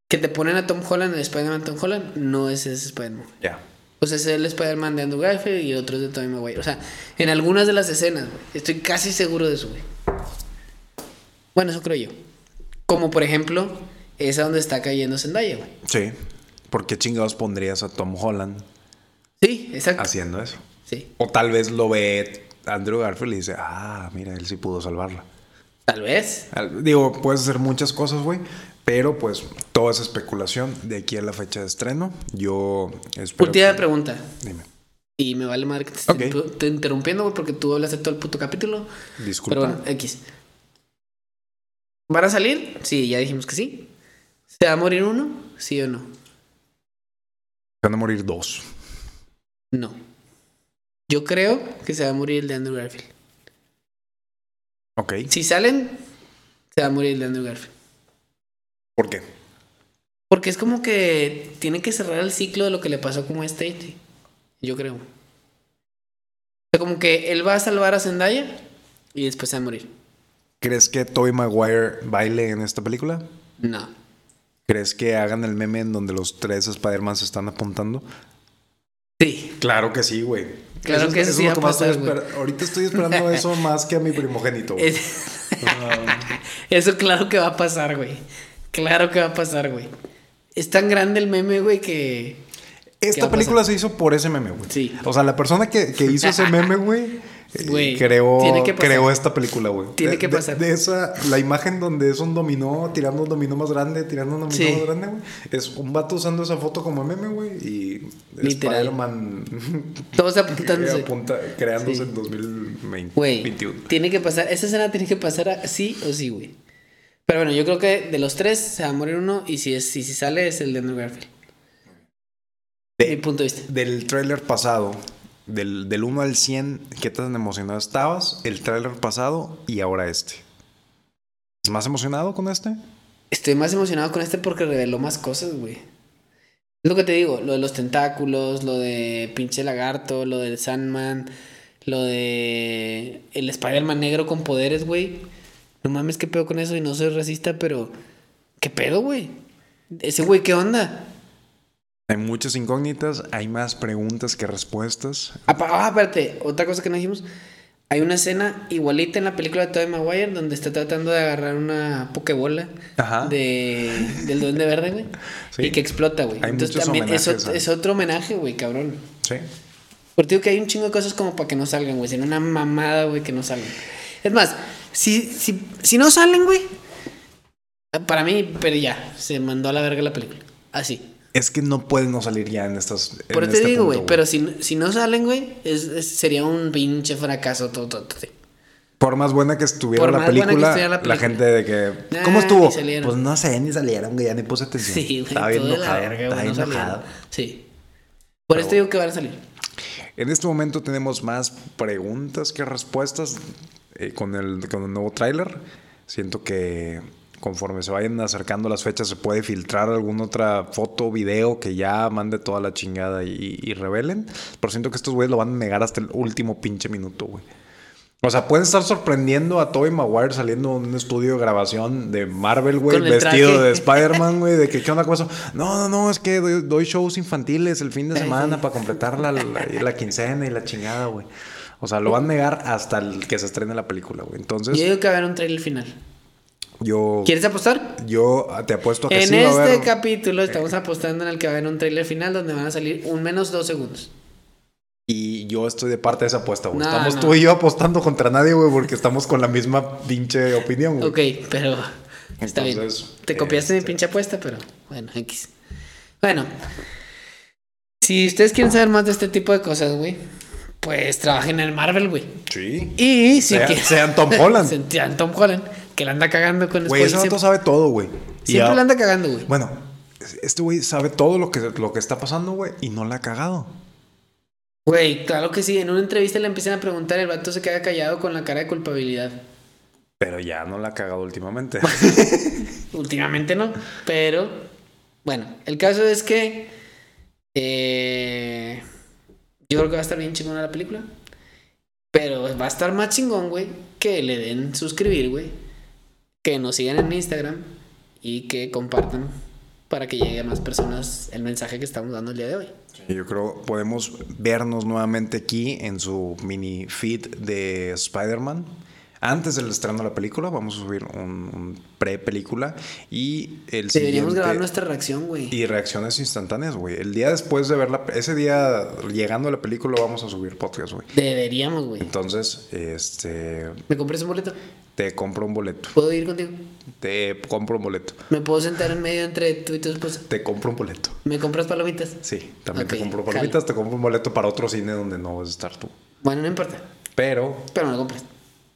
Speaker 2: que te ponen a Tom Holland, el Spider-Man Tom Holland, no es ese Spider-Man.
Speaker 3: Ya.
Speaker 2: O sea, ese es el Spider-Man de Andrew Garfield y otro es de Tobey Maguire. O sea, en algunas de las escenas, güey. Estoy casi seguro de eso, güey. Bueno, eso creo yo. Como por ejemplo, esa donde está cayendo Zendaya, güey.
Speaker 3: Sí. ¿Por qué chingados pondrías a Tom Holland
Speaker 2: Sí, exacto.
Speaker 3: haciendo eso?
Speaker 2: Sí,
Speaker 3: O tal vez lo ve Andrew Garfield y dice, ah, mira, él sí pudo salvarla.
Speaker 2: tal vez.
Speaker 3: Al- Digo, puedes hacer muchas cosas, güey. Pero pues toda esa especulación de aquí a la fecha de estreno. Yo espero.
Speaker 2: Última
Speaker 3: que-
Speaker 2: pregunta.
Speaker 3: Dime.
Speaker 2: Y me vale madre que te esté
Speaker 3: Ok.
Speaker 2: inter- te interrumpiendo, güey, porque tú hablaste todo el puto capítulo.
Speaker 3: Disculpa.
Speaker 2: Pero bueno, X. ¿Van a salir? Sí, ya dijimos que sí. ¿Se va a morir uno? ¿Sí o no?
Speaker 3: Van a morir dos.
Speaker 2: No. Yo creo que se va a morir el de Andrew Garfield.
Speaker 3: Ok.
Speaker 2: Si salen, se va a morir el de Andrew Garfield.
Speaker 3: ¿Por qué?
Speaker 2: Porque es como que tiene que cerrar el ciclo de lo que le pasó con Stacy. Yo creo. O sea, como que él va a salvar a Zendaya y después se va a morir.
Speaker 3: ¿Crees que Tobey Maguire baile en esta película?
Speaker 2: No.
Speaker 3: ¿Crees que hagan el meme en donde los tres Spider-Man se están apuntando?
Speaker 2: Sí.
Speaker 3: Claro que sí, güey.
Speaker 2: Claro
Speaker 3: es-
Speaker 2: que eso sí
Speaker 3: es
Speaker 2: va
Speaker 3: lo
Speaker 2: a
Speaker 3: más estoy
Speaker 2: pasar, güey.
Speaker 3: esper- Ahorita
Speaker 2: [laughs]
Speaker 3: estoy esperando eso más que a mi primogénito. güey.
Speaker 2: Es- Eso claro que va a pasar, güey. Claro que va a pasar, güey. Es tan grande el meme, güey, que... ¿Qué va
Speaker 3: Esta
Speaker 2: a
Speaker 3: película se hizo por ese meme, güey.
Speaker 2: Sí.
Speaker 3: O sea, la persona que, que hizo
Speaker 2: [laughs]
Speaker 3: ese meme, güey, eh,
Speaker 2: Güey,
Speaker 3: creó,
Speaker 2: tiene que pasar.
Speaker 3: creó esta película, güey.
Speaker 2: Tiene
Speaker 3: De-
Speaker 2: que
Speaker 3: de-
Speaker 2: pasar.
Speaker 3: De, esa, la imagen donde es un dominó, tirando un dominó más grande, tirando un dominó
Speaker 2: Sí.
Speaker 3: más grande, güey. Es un vato usando esa foto como meme, güey, y
Speaker 2: Literal.
Speaker 3: Spider-Man [laughs]
Speaker 2: Todos apuntándose.
Speaker 3: apunta- creándose
Speaker 2: Sí.
Speaker 3: en 2020,
Speaker 2: Güey,
Speaker 3: 2021.
Speaker 2: tiene que pasar, esa escena tiene que pasar a- sí o sí, güey. Pero bueno, yo creo que de los tres se va a morir uno y si, es, si, si sale es el de Andrew Garfield.
Speaker 3: De-
Speaker 2: Mi punto de vista.
Speaker 3: Del tráiler pasado, del, del 1 al 100, ¿qué tan emocionado estabas? El tráiler pasado y ahora este. ¿Estás más emocionado con este?
Speaker 2: Estoy más emocionado con este porque reveló más cosas, güey. Es lo que te digo, lo de los tentáculos, lo de pinche lagarto, lo del Sandman, lo de el Spider-Man negro con poderes, güey. No mames, qué pedo con eso y no soy racista, pero qué pedo, güey. Ese güey, ¿qué onda?
Speaker 3: Hay muchas incógnitas, hay más preguntas que respuestas.
Speaker 2: Apa- Ah, espérate, otra cosa que no dijimos. Hay una escena igualita en la película de Tobey Maguire donde está tratando de agarrar una pokebola
Speaker 3: Ajá.
Speaker 2: de, del Duende Verde, güey.
Speaker 3: [laughs] Sí.
Speaker 2: Y que explota, güey.
Speaker 3: Hay
Speaker 2: Entonces
Speaker 3: muchos
Speaker 2: también es,
Speaker 3: homenajes
Speaker 2: ot-
Speaker 3: a-
Speaker 2: es otro homenaje, güey, cabrón.
Speaker 3: Sí.
Speaker 2: Porque digo que hay un chingo de cosas como para que no salgan, güey. Sino una mamada, güey, que no salgan. Es más, si, si, si no salen, güey. Para mí, pero ya, se mandó a la verga la película. Así.
Speaker 3: Es que no pueden no salir ya en estas. en
Speaker 2: Por eso
Speaker 3: este
Speaker 2: te digo,
Speaker 3: punto,
Speaker 2: güey, pero si, si no salen, güey, es- es- sería un pinche fracaso todo,
Speaker 3: Por más buena que estuviera
Speaker 2: Por
Speaker 3: la
Speaker 2: más buena que
Speaker 3: película,
Speaker 2: estuviera la
Speaker 3: la,
Speaker 2: película.
Speaker 3: gente de que.
Speaker 2: Ah,
Speaker 3: ¿Cómo estuvo?
Speaker 2: ni salieron.
Speaker 3: Pues no sé, ni salieron, güey, ya ni puse atención.
Speaker 2: Sí, güey.
Speaker 3: Estaba bien
Speaker 2: todo de la
Speaker 3: enojado,
Speaker 2: verga,
Speaker 3: estaba
Speaker 2: güey,
Speaker 3: bien
Speaker 2: no salieron.
Speaker 3: enojado.
Speaker 2: Sí. Por
Speaker 3: Pero
Speaker 2: esto digo que van a salir.
Speaker 3: En este momento tenemos más preguntas que respuestas eh, con, el, con el nuevo tráiler. Siento que conforme se vayan acercando las fechas se puede filtrar alguna otra foto, video que ya mande toda la chingada y, y revelen. Pero siento que estos güeyes lo van a negar hasta el último pinche minuto, güey. O sea, pueden estar sorprendiendo a Tobey Maguire saliendo de un estudio de grabación de Marvel, güey,
Speaker 2: Con el
Speaker 3: vestido
Speaker 2: traje.
Speaker 3: de Spider-Man, güey, de que qué onda con eso. No, no, no, es que doy, doy shows infantiles el fin de semana para completar la, la- la quincena y la chingada, güey. O sea, lo van a negar hasta el que se estrene la película, güey.
Speaker 2: Yo
Speaker 3: Entonces,
Speaker 2: digo que va a haber un trailer final.
Speaker 3: pues, yo,
Speaker 2: ¿Quieres apostar?
Speaker 3: yo te apuesto a que
Speaker 2: En
Speaker 3: sí va a
Speaker 2: este
Speaker 3: haber- Eh.
Speaker 2: capítulo estamos apostando en el que va a haber un trailer final donde van a salir un menos dos segundos.
Speaker 3: Y yo estoy de parte de esa apuesta, güey.
Speaker 2: No,
Speaker 3: estamos
Speaker 2: no.
Speaker 3: tú y yo apostando contra nadie, güey, porque estamos con la misma pinche opinión, güey.
Speaker 2: Ok, pero está
Speaker 3: Entonces,
Speaker 2: bien. Te
Speaker 3: eh,
Speaker 2: copiaste mi
Speaker 3: este-
Speaker 2: pinche apuesta, pero bueno, X. Bueno, si ustedes quieren saber más de este tipo de cosas, güey, pues trabajen en el Marvel, güey.
Speaker 3: Sí.
Speaker 2: Y si
Speaker 3: Sea-
Speaker 2: quieren-
Speaker 3: sean Tom
Speaker 2: [laughs]
Speaker 3: Holland.
Speaker 2: sean Tom Holland, que la anda cagando con
Speaker 3: Güey,
Speaker 2: spoilers.
Speaker 3: ese vato
Speaker 2: Pues, Siempre,
Speaker 3: sabe todo, güey. Y
Speaker 2: siempre
Speaker 3: a-
Speaker 2: la anda cagando, güey.
Speaker 3: Bueno, este güey sabe todo lo que, lo que está pasando, güey, y no la ha cagado.
Speaker 2: Güey, claro que sí. En una entrevista le empiezan a preguntar, el vato se queda callado con la cara de culpabilidad.
Speaker 3: Pero ya no la ha
Speaker 2: [laughs]
Speaker 3: cagado últimamente.
Speaker 2: Últimamente no, pero bueno, el caso es que eh, yo creo que va a estar bien chingona la película, pero va a estar más chingón, güey, que le den suscribir, güey, que nos sigan en Instagram y que compartan para que llegue a más personas el mensaje que estamos dando el día de hoy.
Speaker 3: Yo creo podemos vernos nuevamente aquí en su mini feed de Spider-Man. Antes del estreno de la película, vamos a subir un, un pre-película y el
Speaker 2: Deberíamos
Speaker 3: siguiente-
Speaker 2: grabar nuestra reacción, güey.
Speaker 3: Y reacciones instantáneas, güey. El día después de verla, ese día llegando a la película, vamos a subir podcast, güey.
Speaker 2: Deberíamos, güey.
Speaker 3: Entonces, este,
Speaker 2: ¿Me compras un boleto?
Speaker 3: te compro un boleto.
Speaker 2: ¿Puedo ir contigo?
Speaker 3: Te compro un boleto.
Speaker 2: ¿Me puedo sentar en medio entre tú y tu esposa?
Speaker 3: Te compro un boleto.
Speaker 2: ¿Me compras palomitas?
Speaker 3: Sí, también
Speaker 2: Ok,
Speaker 3: te compro
Speaker 2: jalo.
Speaker 3: palomitas, te compro un boleto para otro cine donde no vas a estar tú.
Speaker 2: Bueno, no importa.
Speaker 3: Pero
Speaker 2: Pero me lo compras.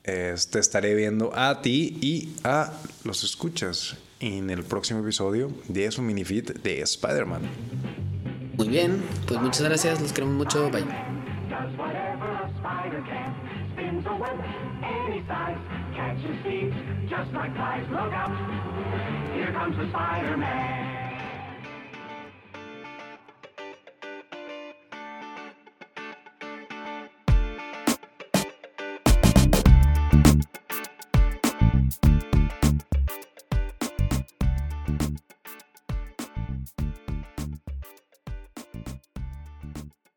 Speaker 3: eh, te estaré viendo a ti y a los escuchas en el próximo episodio de su minifit de Spider-Man.
Speaker 2: Muy bien, pues muchas gracias, los queremos mucho, bye.
Speaker 1: does whatever a spider can. Spins a web any size, catches thieves just like flies. Look out! Here comes the Spider-Man.